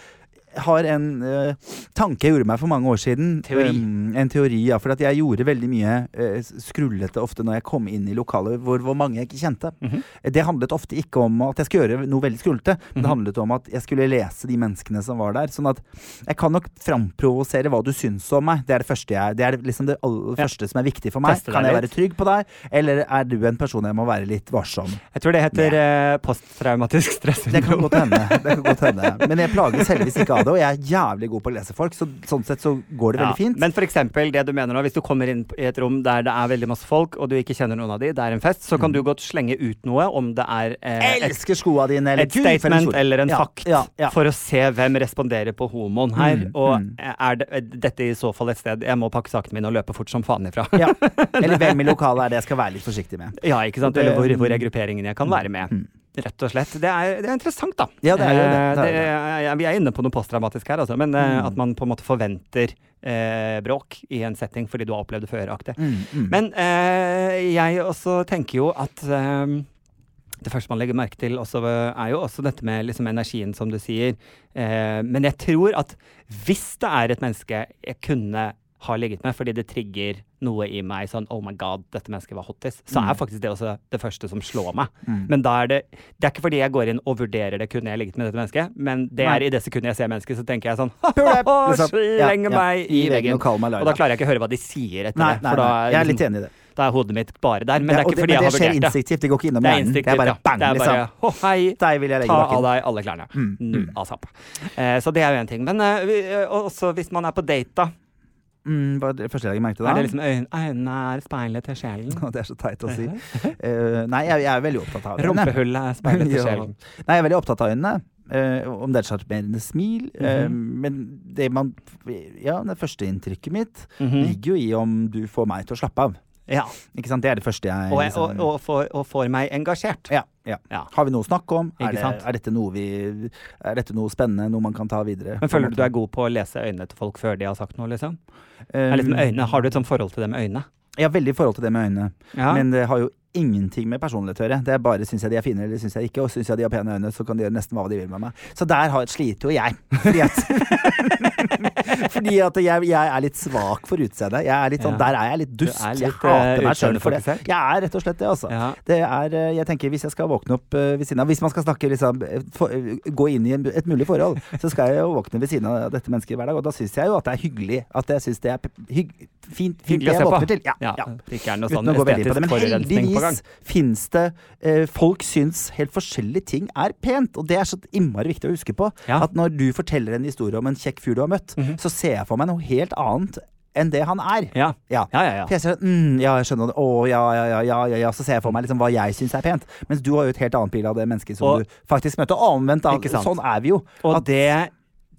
Speaker 2: har en eh, tanke jeg gjorde meg for mange år siden.
Speaker 1: Teori.
Speaker 2: Um, en teori, ja. For at jeg gjorde veldig mye eh, skrullete ofte når jeg kom inn i lokaler hvor, hvor mange jeg ikke kjente. Eh,
Speaker 1: Mhm.
Speaker 2: Det handlet ofte ikke om at jeg skulle gjøre noe veldig skrullete, men
Speaker 1: Mhm.
Speaker 2: det handlet om at jeg skulle lese de menneskene som var der. Sånn at jeg kan nok framprovosere hva du syns om meg. Det er det første jeg Det er liksom det aller
Speaker 1: Ja.
Speaker 2: første som er viktig for meg.
Speaker 1: Teste deg
Speaker 2: Kan jeg være
Speaker 1: litt.
Speaker 2: trygg på deg, eller er du en person jeg må være litt varsom?
Speaker 1: Jeg tror det heter eh, posttraumatisk
Speaker 2: Det kan
Speaker 1: stressyndrom.
Speaker 2: godt hende. Det kan
Speaker 1: [laughs]
Speaker 2: godt hende. Men jeg plages heldigvis ikke av det, og jeg er jævlig god på å lese folk, så sånn sett så går det
Speaker 1: Ja.
Speaker 2: veldig fint.
Speaker 1: Men for eksempel, det du mener nå, hvis du kommer inn i et rom der det er veldig masse folk, og du ikke kjenner noen av de, det er en fest, så
Speaker 2: Mm.
Speaker 1: kan du godt slenge ut noe om det er eh, et
Speaker 2: elsker skoa dine, eller
Speaker 1: et statement eller en
Speaker 2: ja,
Speaker 1: fakt
Speaker 2: Ja, ja.
Speaker 1: for å se hvem responderer på homoen her.
Speaker 2: Mm,
Speaker 1: og
Speaker 2: mm.
Speaker 1: er det, er dette i så fall et sted jeg må pakke sakene mine og løpe fort som faen ifra? [laughs]
Speaker 2: ja. Eller hvem i lokalet er det jeg skal være litt forsiktig med.
Speaker 1: Ja, ikke sant?
Speaker 2: Det-
Speaker 1: Eller
Speaker 2: Mm.
Speaker 1: hvor, hvor er grupperingen jeg kan være med? Rett og slett. Det er, det er interessant, da.
Speaker 2: Ja, det er jo det.
Speaker 1: Eh,
Speaker 2: Det Mm. er jo
Speaker 1: er- vi er inne på noe postdramatisk her, altså. Men eh, at man på en måte forventer eh, bråk i en setting fordi du har opplevd det før. aktig.
Speaker 2: Mm,
Speaker 1: Men eh, jeg også tenker jo at eh, det første man legger merke til, også, eh, er jo også dette med liksom, energien, som du sier. Eh, men jeg tror at hvis det er et menneske jeg kunne ha ligget med fordi det trigger noe i meg sånn Oh my god, dette mennesket var hottis. Så
Speaker 2: Mm.
Speaker 1: er faktisk det også det første som slår meg. Men da er det Det er ikke fordi jeg går inn og vurderer det, kunne jeg ligget med dette mennesket? Men det
Speaker 2: Nei.
Speaker 1: er i det sekundet jeg ser mennesket, så tenker jeg
Speaker 2: [laughs]
Speaker 1: sånn [laughs]
Speaker 2: Pull up, liksom. Ja,
Speaker 1: Slenge
Speaker 2: ja.
Speaker 1: meg i veggen.
Speaker 2: og kall meg
Speaker 1: Og
Speaker 2: Laila.
Speaker 1: da klarer jeg ikke å høre hva de sier etter
Speaker 2: Nei,
Speaker 1: det.
Speaker 2: nei,
Speaker 1: For da,
Speaker 2: nei, jeg er litt
Speaker 1: liksom,
Speaker 2: enig i det.
Speaker 1: da er hodet mitt bare der. Men det er
Speaker 2: Ja, og
Speaker 1: ikke fordi jeg
Speaker 2: men
Speaker 1: har
Speaker 2: det skjer
Speaker 1: vurdert det.
Speaker 2: instinktivt, det går ikke innom
Speaker 1: Det er
Speaker 2: hjernen. Det er
Speaker 1: instinktivt,
Speaker 2: bare
Speaker 1: ja.
Speaker 2: bang,
Speaker 1: Det er bare
Speaker 2: liksom.
Speaker 1: Å, hei.
Speaker 2: Deg vil jeg
Speaker 1: Ta
Speaker 2: legge i
Speaker 1: av
Speaker 2: bakken.
Speaker 1: deg alle klærne.
Speaker 2: Mm,
Speaker 1: Nå, asap. Eh, så det er jo én ting. Men eh, vi- eh, også hvis man er på date, da.
Speaker 2: Mm, hva er det første jeg legger merke til da?
Speaker 1: Er det liksom øyn- øynene er speilet til sjelen?
Speaker 2: Det er så teit [laughs] å si. Eh, nei, jeg, jeg er veldig opptatt av øynene.
Speaker 1: Rumpehullet er speilet til
Speaker 2: Ja.
Speaker 1: sjelen.
Speaker 2: Nei, jeg er veldig opptatt av øynene. eh, om det er et sjarmerende smil. eh,
Speaker 1: Mhm.
Speaker 2: men det man Ja, det første inntrykket mitt
Speaker 1: Mhm.
Speaker 2: ligger jo i om du får meg til å slappe av.
Speaker 1: Ja.
Speaker 2: Ikke sant? Det er det første jeg
Speaker 1: Og, jeg- og,
Speaker 2: liksom-
Speaker 1: og, får, og får meg engasjert.
Speaker 2: ja, ja.
Speaker 1: Ja.
Speaker 2: Har vi noe å snakke om?
Speaker 1: Ikke
Speaker 2: Er, det,
Speaker 1: sant?
Speaker 2: er, dette noe vi, er dette noe spennende, noe man kan ta videre?
Speaker 1: Men føler du du er god på å lese øynene til folk før de har sagt noe, liksom?
Speaker 2: Eh,
Speaker 1: Er liksom øynene, har du et sånt forhold til det med øynene?
Speaker 2: Jeg har veldig forhold til det med øynene.
Speaker 1: Ja.
Speaker 2: [laughs] Men det har jo ingenting med personlighet å gjøre. Det er bare syns jeg de er fine eller syns jeg ikke, og syns jeg de har pene øyne, så kan de gjøre nesten hva de vil med meg. Så der har, sliter jo jeg. Fordi at, fordi at jeg, jeg er litt svak for utseendet. Jeg er litt sånn,
Speaker 1: Ja.
Speaker 2: Der er jeg litt
Speaker 1: Du
Speaker 2: dust.
Speaker 1: er
Speaker 2: jeg
Speaker 1: litt, eh,
Speaker 2: hater meg sjøl for det.
Speaker 1: utseendefokusert.
Speaker 2: Jeg er rett og slett det, altså.
Speaker 1: ja.
Speaker 2: Det er, eh, jeg tenker Hvis jeg skal våkne opp eh, ved siden av Hvis man skal snakke liksom, eh, for, eh, gå inn i en, et mulig
Speaker 1: [laughs]
Speaker 2: forhold, så skal jeg jo våkne ved siden av dette mennesket hver dag. Og da syns jeg jo at det er hyggelig. At jeg syns det er p- hygg, fint, fint
Speaker 1: Hyggelig å
Speaker 2: det
Speaker 1: se
Speaker 2: jeg
Speaker 1: på.
Speaker 2: våkner til. Ja,
Speaker 1: Ja,
Speaker 2: ja.
Speaker 1: Det ikke er noe
Speaker 2: Uten
Speaker 1: sånn
Speaker 2: å gå veldig på det.
Speaker 1: estetisk
Speaker 2: Men
Speaker 1: forurensning på gang.
Speaker 2: heldigvis fins det eh, Folk syns helt forskjellige ting er pent, og det er så innmari viktig å huske på.
Speaker 1: Ja. Mhm.
Speaker 2: At når du forteller en historie om en kjekk fyr du har møtt, så ser jeg for meg noe helt annet enn det han er.
Speaker 1: Ja.
Speaker 2: Ja.
Speaker 1: Ja, ja, ja.
Speaker 2: For jeg ser, mm, ja, jeg skjønner det. Å, ja, ja, ja, ja, ja, ja. Så ser jeg for meg liksom hva jeg syns er pent. Mens du har jo et helt annet bilde av det mennesket som
Speaker 1: Og-
Speaker 2: du faktisk møtte. Og omvendt,
Speaker 1: Ikke
Speaker 2: da.
Speaker 1: sant.
Speaker 2: Sånn er vi jo.
Speaker 1: Og
Speaker 2: At-
Speaker 1: det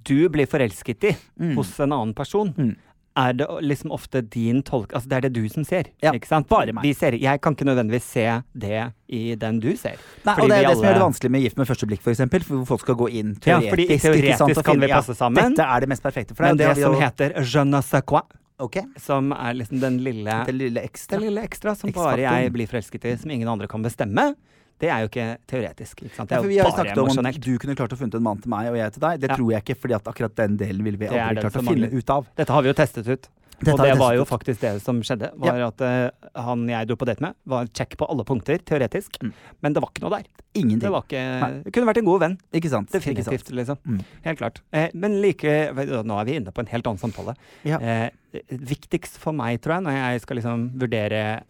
Speaker 1: du blir forelsket i hos en annen person,
Speaker 2: Mm.
Speaker 1: er det liksom ofte din tolk Altså, det er det du som ser,
Speaker 2: Ja,
Speaker 1: ikke sant?
Speaker 2: bare meg.
Speaker 1: Vi ser, jeg kan ikke nødvendigvis se det i den du ser.
Speaker 2: Nei,
Speaker 1: Fordi
Speaker 2: og det
Speaker 1: vi
Speaker 2: er det som gjør det
Speaker 1: alle-
Speaker 2: vanskelig med gift med første blikk, f.eks. For, eksempel, for hvor folk skal gå inn
Speaker 1: Ja,
Speaker 2: teoretisk.
Speaker 1: fordi
Speaker 2: ikke sant,
Speaker 1: teoretisk
Speaker 2: og
Speaker 1: kan
Speaker 2: finne,
Speaker 1: vi passe sammen.
Speaker 2: Dette er det mest perfekte for deg.
Speaker 1: Men det,
Speaker 2: og
Speaker 1: som
Speaker 2: jo-
Speaker 1: heter je ne sais quoi,
Speaker 2: Ok,
Speaker 1: som er liksom den lille
Speaker 2: det lille ekstra.
Speaker 1: Det lille ekstra som
Speaker 2: X-faktoren.
Speaker 1: bare jeg blir forelsket i, som ingen andre kan bestemme. Det er jo ikke teoretisk. Ikke sant? Det
Speaker 2: Ja,
Speaker 1: er
Speaker 2: for
Speaker 1: jo
Speaker 2: vi har jo
Speaker 1: bare
Speaker 2: snakket om at
Speaker 1: emosjonelt.
Speaker 2: du kunne klart å funnet en mann til meg og jeg til deg. Det
Speaker 1: Ja.
Speaker 2: tror jeg ikke, fordi at akkurat den delen ville vi
Speaker 1: Det er
Speaker 2: aldri
Speaker 1: den
Speaker 2: klart å
Speaker 1: som
Speaker 2: finne
Speaker 1: mangler.
Speaker 2: ut av.
Speaker 1: Dette har vi jo testet ut.
Speaker 2: Dette
Speaker 1: og
Speaker 2: har
Speaker 1: det
Speaker 2: vi
Speaker 1: var jo
Speaker 2: testet ut.
Speaker 1: faktisk det som skjedde. Var At eh, han jeg dro på date med, var kjekk på alle punkter, teoretisk.
Speaker 2: Mm.
Speaker 1: Men det var ikke noe der.
Speaker 2: Ingenting.
Speaker 1: Det, var ikke,
Speaker 2: Nei.
Speaker 1: det kunne vært en god venn.
Speaker 2: Ikke sant? Ikke sant?
Speaker 1: Definitivt, liksom.
Speaker 2: Mm.
Speaker 1: Helt klart. Eh, men like Nå er vi inne på en helt annen samtale.
Speaker 2: Ja.
Speaker 1: Eh, viktigst for meg, tror jeg, når jeg skal liksom vurdere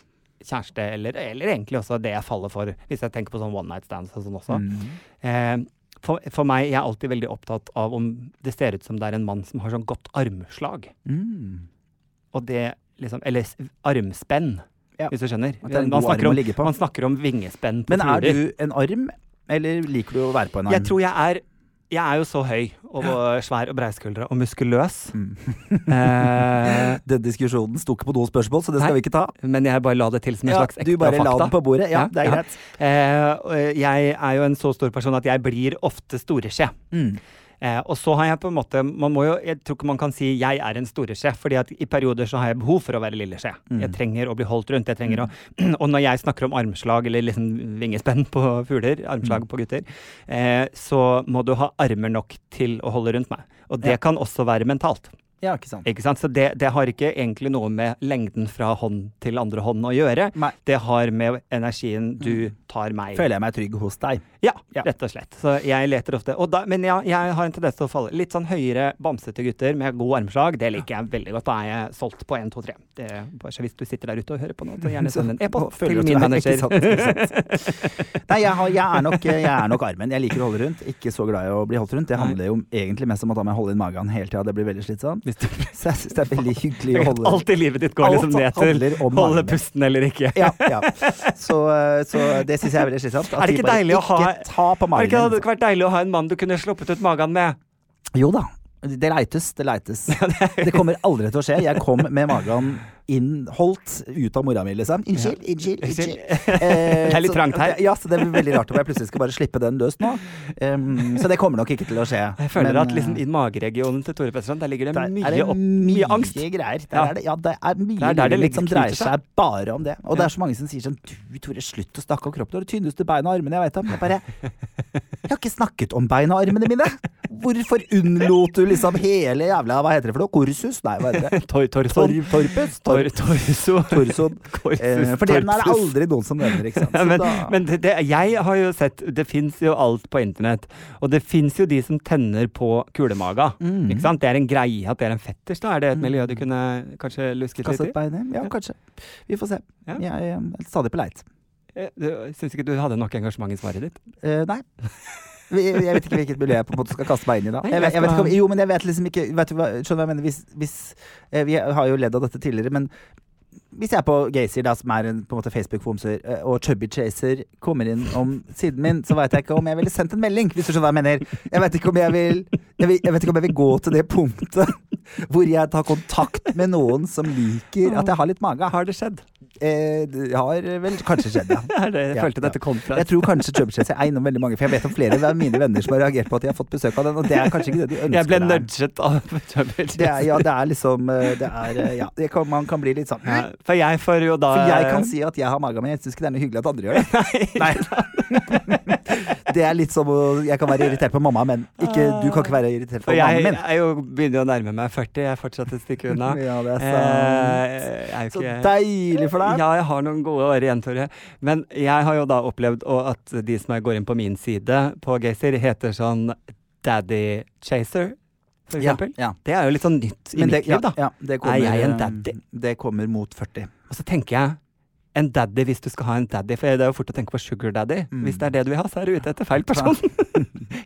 Speaker 1: kjæreste, eller, eller egentlig også det jeg faller for, hvis jeg tenker på sånn one night stands og sånn også.
Speaker 2: Mm.
Speaker 1: Eh, for, for meg, jeg er alltid veldig opptatt av om det ser ut som det er en mann som har sånn godt armslag.
Speaker 2: Mm.
Speaker 1: Og det liksom Eller s- armspenn,
Speaker 2: Ja.
Speaker 1: hvis du skjønner.
Speaker 2: At det er en
Speaker 1: man,
Speaker 2: god
Speaker 1: snakker
Speaker 2: arm å
Speaker 1: om,
Speaker 2: ligge på.
Speaker 1: man snakker om vingespenn på
Speaker 2: Men er
Speaker 1: fugler.
Speaker 2: du en arm, eller liker du å være på en arm?
Speaker 1: Jeg tror jeg er jeg er jo så høy og svær og breiskuldra og muskuløs. [laughs]
Speaker 2: Mm. [laughs]
Speaker 1: eh,
Speaker 2: Den diskusjonen sto ikke på noe spørsmål, så det skal
Speaker 1: Nei.
Speaker 2: vi ikke ta.
Speaker 1: men jeg bare la det til som en
Speaker 2: Ja,
Speaker 1: slags
Speaker 2: du
Speaker 1: ekstra
Speaker 2: bare la
Speaker 1: fakta.
Speaker 2: den på bordet. Ja,
Speaker 1: Ja,
Speaker 2: det er
Speaker 1: ja.
Speaker 2: greit.
Speaker 1: Eh, og jeg er jo en så stor person at jeg blir ofte storeskje.
Speaker 2: Mm.
Speaker 1: Eh, og så har jeg på en måte man må jo, Jeg tror ikke man kan si 'jeg er en storeskje', fordi at i perioder så har jeg behov for å være lilleskje. Jeg trenger å bli holdt rundt. jeg trenger å, [clears throat] Og når jeg snakker om armslag, eller liksom vingespenn på fugler, armslag på gutter, eh, så må du ha armer nok til å holde rundt meg. Og det
Speaker 2: Ja.
Speaker 1: kan også være mentalt.
Speaker 2: Ja, ikke sant.
Speaker 1: Ikke sant? Så det, det har ikke egentlig noe med lengden fra hånd til andre hånd å gjøre.
Speaker 2: Nei.
Speaker 1: Det har med energien du tar meg.
Speaker 2: Føler jeg meg trygg hos deg.
Speaker 1: Ja,
Speaker 2: Ja.
Speaker 1: rett og slett. Så jeg leter ofte. Og da, men ja, jeg har en tendens til å falle. Litt sånn høyere, bamsete gutter med god armslag, det liker jeg veldig godt. Da er jeg solgt på 1, 2, 3. Det er bare så hvis du sitter der ute og hører på nå, så gjerne send liksom en e-post
Speaker 2: Føler
Speaker 1: til min
Speaker 2: at du er- ikke
Speaker 1: manager.
Speaker 2: sant, ikke sant. Nei, jeg, har, jeg, er nok, eh, jeg er nok armen. Jeg liker å holde rundt. Ikke så glad i å bli holdt rundt. Det
Speaker 1: Nei.
Speaker 2: handler jo egentlig mest om at da må jeg holde inn magen hele tida. Det blir veldig slitsomt.
Speaker 1: Hvis du,
Speaker 2: Så jeg syns det er veldig hyggelig
Speaker 1: [laughs]
Speaker 2: å holde rundt.
Speaker 1: alt i livet ditt går
Speaker 2: Alt
Speaker 1: liksom ned
Speaker 2: handler
Speaker 1: til
Speaker 2: om
Speaker 1: holde
Speaker 2: armen.
Speaker 1: pusten eller ikke.
Speaker 2: Ja, ja. Så, eh, så det syns jeg er veldig slitsomt.
Speaker 1: [laughs]
Speaker 2: At
Speaker 1: Er det
Speaker 2: de
Speaker 1: ikke
Speaker 2: bare
Speaker 1: deilig å ha-
Speaker 2: Ikke ta
Speaker 1: Var
Speaker 2: på
Speaker 1: det ikke det hadde
Speaker 2: magen.
Speaker 1: ikke vært deilig å ha en mann du kunne sluppet ut magen med?
Speaker 2: Jo da. Det leites, det
Speaker 1: [laughs]
Speaker 2: leites. Det kommer aldri til å skje. Jeg kom med magen innholdt ut av mora mi, liksom. Unnskyld, unnskyld,
Speaker 1: Unnskyld.
Speaker 2: unnskyld. Eh,
Speaker 1: Det er litt
Speaker 2: så-
Speaker 1: trangt her.
Speaker 2: Ja, så det blir veldig rart om jeg plutselig skal bare slippe den løs nå. Em, så det kommer nok ikke til å skje.
Speaker 1: Jeg føler
Speaker 2: Men,
Speaker 1: at liksom
Speaker 2: eh,
Speaker 1: i mageregionen til Tore Petterson, der ligger det
Speaker 2: der
Speaker 1: mye,
Speaker 2: er det
Speaker 1: opp,
Speaker 2: mye
Speaker 1: mye angst.
Speaker 2: greier. Der
Speaker 1: Ja.
Speaker 2: er det, ja, det er mye
Speaker 1: er der det
Speaker 2: livet mitt som
Speaker 1: liksom knyter
Speaker 2: dreier
Speaker 1: seg.
Speaker 2: seg bare om det. Og det
Speaker 1: Ja.
Speaker 2: er så mange som sier sånn Du, Tore, slutt å snakke om kroppen. Du har de tynneste beina og armene jeg veit om.
Speaker 1: [laughs]
Speaker 2: Jeg bare Jeg har ikke snakket om beina og armene mine! Hvorfor unnlot du liksom hele jævla Hva heter det for noe? Korsus? Nei, hva heter det?
Speaker 1: Tor,
Speaker 2: [laughs] Tor,
Speaker 1: Torson.
Speaker 2: torpus?
Speaker 1: Tor,
Speaker 2: Tor,
Speaker 1: [laughs] torso. [laughs]
Speaker 2: torson.
Speaker 1: Korsus,
Speaker 2: Eh, for den er det
Speaker 1: torpsus.
Speaker 2: aldri noen som nevner, ikke sant.
Speaker 1: Ja,
Speaker 2: Så
Speaker 1: men
Speaker 2: da-
Speaker 1: men det, det, jeg har jo sett Det fins jo alt på internett. Og det fins jo de som tenner på kulemaga.
Speaker 2: Mm.
Speaker 1: Ikke sant? Det er en greie at det er en fetters. da Er det et miljø
Speaker 2: Mhm.
Speaker 1: du kunne kanskje lusket litt
Speaker 2: Kaste et
Speaker 1: i?
Speaker 2: bein hjem? Ja, kanskje. Vi får se.
Speaker 1: Ja.
Speaker 2: Jeg er stadig på leit.
Speaker 1: Eh, du- Syns ikke du hadde nok engasjement i svaret ditt? [laughs]
Speaker 2: Eh, nei. Vi- Jeg vet ikke hvilket miljø jeg på en måte skal kaste meg inn i da.
Speaker 1: Nei,
Speaker 2: Jeg, vet- jeg
Speaker 1: jeg
Speaker 2: vet ikke
Speaker 1: skal-
Speaker 2: om, jo, men jeg vet liksom ikke vet du hva, Skjønner du hva jeg mener? Hvis, hvis eh, Vi har jo ledd av dette tidligere, men hvis jeg på Gaysir, da, som er en, på en måte Facebook-homser, eh, og Chubby Chaser kommer inn om siden min, så veit jeg ikke om jeg ville sendt en melding, hvis du skjønner hva jeg mener. Jeg vet ikke om jeg vil jeg, vil, jeg vet ikke om jeg vil gå til det punktet [laughs] hvor jeg tar kontakt med noen som liker at jeg har litt mage.
Speaker 1: Har det skjedd?
Speaker 2: Eh, det har vel kanskje skjedd, ja.
Speaker 1: Er det, jeg
Speaker 2: Ja,
Speaker 1: følte
Speaker 2: ja.
Speaker 1: dette kom fra
Speaker 2: Jeg tror kanskje Chubby Chase er innom veldig mange, for jeg vet om flere av mine venner som har reagert på at de har fått besøk av den, og det er kanskje ikke det de ønsker.
Speaker 1: Jeg ble
Speaker 2: der.
Speaker 1: nudget av [laughs] Chubby
Speaker 2: Det er, ja, det er liksom eh, Det er eh, Ja, det kan, man kan bli litt sånn
Speaker 1: Ja, For jeg får jo da
Speaker 2: For jeg kan si at jeg har maga mi, jeg syns ikke det er noe hyggelig at andre gjør det. [laughs] Nei. Det er litt som å Jeg kan være irritert på mamma, men ikke, du kan ikke være irritert på
Speaker 1: For jeg
Speaker 2: mannen min.
Speaker 1: er jo begynner å nærme meg 40, jeg er fortsatt et stykke unna.
Speaker 2: [laughs] Ja, det er
Speaker 1: Eh,
Speaker 2: sant.
Speaker 1: jeg er jo
Speaker 2: Så
Speaker 1: ikke-
Speaker 2: deilig for deg.
Speaker 1: Ja, jeg har noen gode år igjen, Tore. Men jeg har jo da opplevd og at de som jeg går inn på min side på Gaysir, heter sånn Daddy Chaser, for eksempel.
Speaker 2: ja.
Speaker 1: Det er jo litt sånn nytt i
Speaker 2: Men det,
Speaker 1: mitt
Speaker 2: ja,
Speaker 1: liv, da.
Speaker 2: ja, det
Speaker 1: Er
Speaker 2: kommer,
Speaker 1: jeg en
Speaker 2: eh,
Speaker 1: daddy?
Speaker 2: Det kommer mot 40.
Speaker 1: Og så tenker jeg en daddy hvis du skal ha en daddy, for det er jo fort å tenke på sugar daddy.
Speaker 2: Mm.
Speaker 1: Hvis det er det du vil ha, så er du ute etter [laughs] feil person.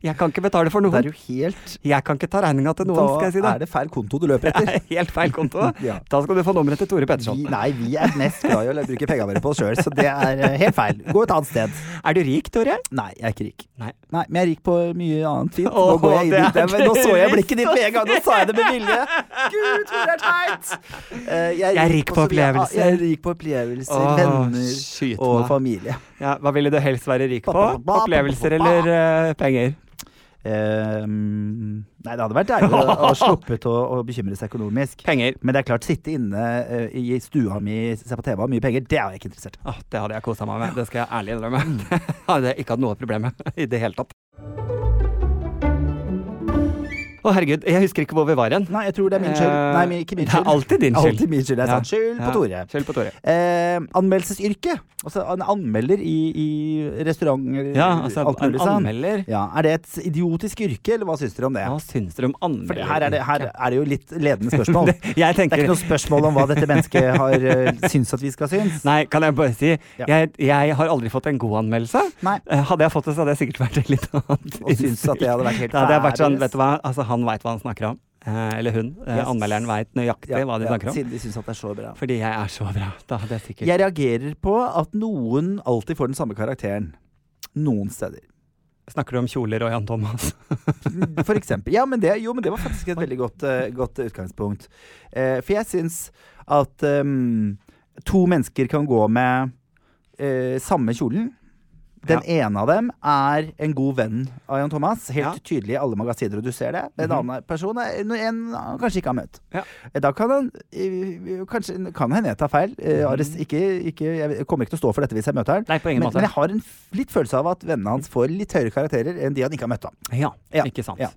Speaker 1: jeg kan ikke betale for
Speaker 2: Det
Speaker 1: noen.
Speaker 2: er jo helt
Speaker 1: Jeg kan ikke ta regninga til noen, skal jeg si
Speaker 2: Da
Speaker 1: det.
Speaker 2: er det feil konto du
Speaker 1: Det
Speaker 2: løper
Speaker 1: [laughs]
Speaker 2: etter.
Speaker 1: er helt feil konto.
Speaker 2: Ja.
Speaker 1: Da skal du få nummeret til Tore Petterson.
Speaker 2: Vi, nei, vi er mest glad i å bruke pengene våre på oss sjøl, så det er eh, helt feil. Gå et annet sted.
Speaker 1: Er du rik, Tore?
Speaker 2: Nei, jeg er ikke rik.
Speaker 1: Nei.
Speaker 2: men jeg er rik på mye annet fint. Nå,
Speaker 1: Åh,
Speaker 2: går jeg inn
Speaker 1: det
Speaker 2: i det,
Speaker 1: er
Speaker 2: men nå så jeg
Speaker 1: trist
Speaker 2: blikket ditt med en gang, nå sa jeg det med
Speaker 1: [laughs]
Speaker 2: vilje. Gud, hvor det er teit! Eh,
Speaker 1: Jeg er rik på
Speaker 2: så mye-
Speaker 1: opplevelser.
Speaker 2: Jeg er rik på opplevelser,
Speaker 1: Åh,
Speaker 2: venner
Speaker 1: skyt
Speaker 2: og
Speaker 1: meg.
Speaker 2: familie.
Speaker 1: Ja, hva ville du helst være rik på?
Speaker 2: Ba, ba, ba, ba, ba, ba, ba.
Speaker 1: Opplevelser eller eh, penger?
Speaker 2: eh, Nei, det hadde vært deilig å,
Speaker 1: [laughs]
Speaker 2: å sluppet å, å bekymre seg økonomisk.
Speaker 1: Penger.
Speaker 2: Men det er klart, sitte inne eh, i stua mi, se på TV og ha mye penger, det er jeg ikke interessert i.
Speaker 1: Åh, det hadde jeg kosa meg med, det skal jeg ærlig innrømme. [laughs] Det hadde jeg ikke hatt noe problem med [laughs] i det hele tatt. Å herregud, jeg husker ikke hvor vi var igjen.
Speaker 2: Nei, jeg tror det er min skyld.
Speaker 1: Eh,
Speaker 2: Nei, men ikke min
Speaker 1: det er
Speaker 2: skyld.
Speaker 1: alltid din skyld.
Speaker 2: Alltid min skyld. Det er
Speaker 1: Ja.
Speaker 2: sant. Skyld på
Speaker 1: Ja,
Speaker 2: Tore.
Speaker 1: Skyld på Tore.
Speaker 2: Eh, anmeldelsesyrke. Altså en anmelder i, i restaurant
Speaker 1: Ja, altså,
Speaker 2: alt mulig
Speaker 1: en
Speaker 2: sånn.
Speaker 1: anmelder.
Speaker 2: Ja, er det et idiotisk yrke, eller hva syns dere om det?
Speaker 1: Hva syns dere om
Speaker 2: For
Speaker 1: anmelder?
Speaker 2: her
Speaker 1: [laughs]
Speaker 2: er, det, her er det jo litt ledende spørsmål.
Speaker 1: Det- jeg
Speaker 2: Det er
Speaker 1: tenker
Speaker 2: ikke noe spørsmål om hva dette mennesket har eh, syns at vi skal synes.
Speaker 1: Nei, kan jeg bare si
Speaker 2: Ja.
Speaker 1: jeg, jeg har aldri fått en god anmeldelse.
Speaker 2: Nei.
Speaker 1: Eh, Hadde jeg fått det, så hadde jeg sikkert vært en litt annet.
Speaker 2: Og syns at det hadde vært helt
Speaker 1: Da hadde jeg vært sånn,
Speaker 2: fabulous.
Speaker 1: vet du hva, altså han veit hva han snakker om. Eh, Eller hun. Eh,
Speaker 2: Yes.
Speaker 1: Anmelderen veit nøyaktig
Speaker 2: Ja,
Speaker 1: hva de
Speaker 2: ja,
Speaker 1: snakker om.
Speaker 2: Siden de syns at det er så bra.
Speaker 1: Fordi jeg er så bra. Da hadde jeg sikkert
Speaker 2: Jeg reagerer på at noen alltid får den samme karakteren. Noen steder.
Speaker 1: Snakker du om kjoler og Jan
Speaker 2: [laughs]
Speaker 1: Thomas?
Speaker 2: For eksempel. Ja, men det, jo, men det var faktisk et veldig godt, eh, godt utgangspunkt. Eh, for jeg syns at ehm, to mennesker kan gå med eh, samme kjolen. Den ene av dem er en god venn av Jan Thomas. Helt
Speaker 1: Ja. Mhm.
Speaker 2: tydelig i alle magasiner, og du ser det. En annen person er en- en han kanskje ikke har møtt.
Speaker 1: Ja.
Speaker 2: Eh, Da kan han eh, Kanskje kan hende jeg tar feil. Eh,
Speaker 1: Mhm.
Speaker 2: Ares, ikke, ikke, jeg kommer ikke til å stå for dette hvis jeg møter han.
Speaker 1: Nei, på ingen
Speaker 2: Men, men
Speaker 1: måte.
Speaker 2: jeg har en f- litt følelse av at vennene hans får litt høyere karakterer enn de han ikke har møtt. da
Speaker 1: Ja,
Speaker 2: Ja,
Speaker 1: ikke sant.
Speaker 2: ja.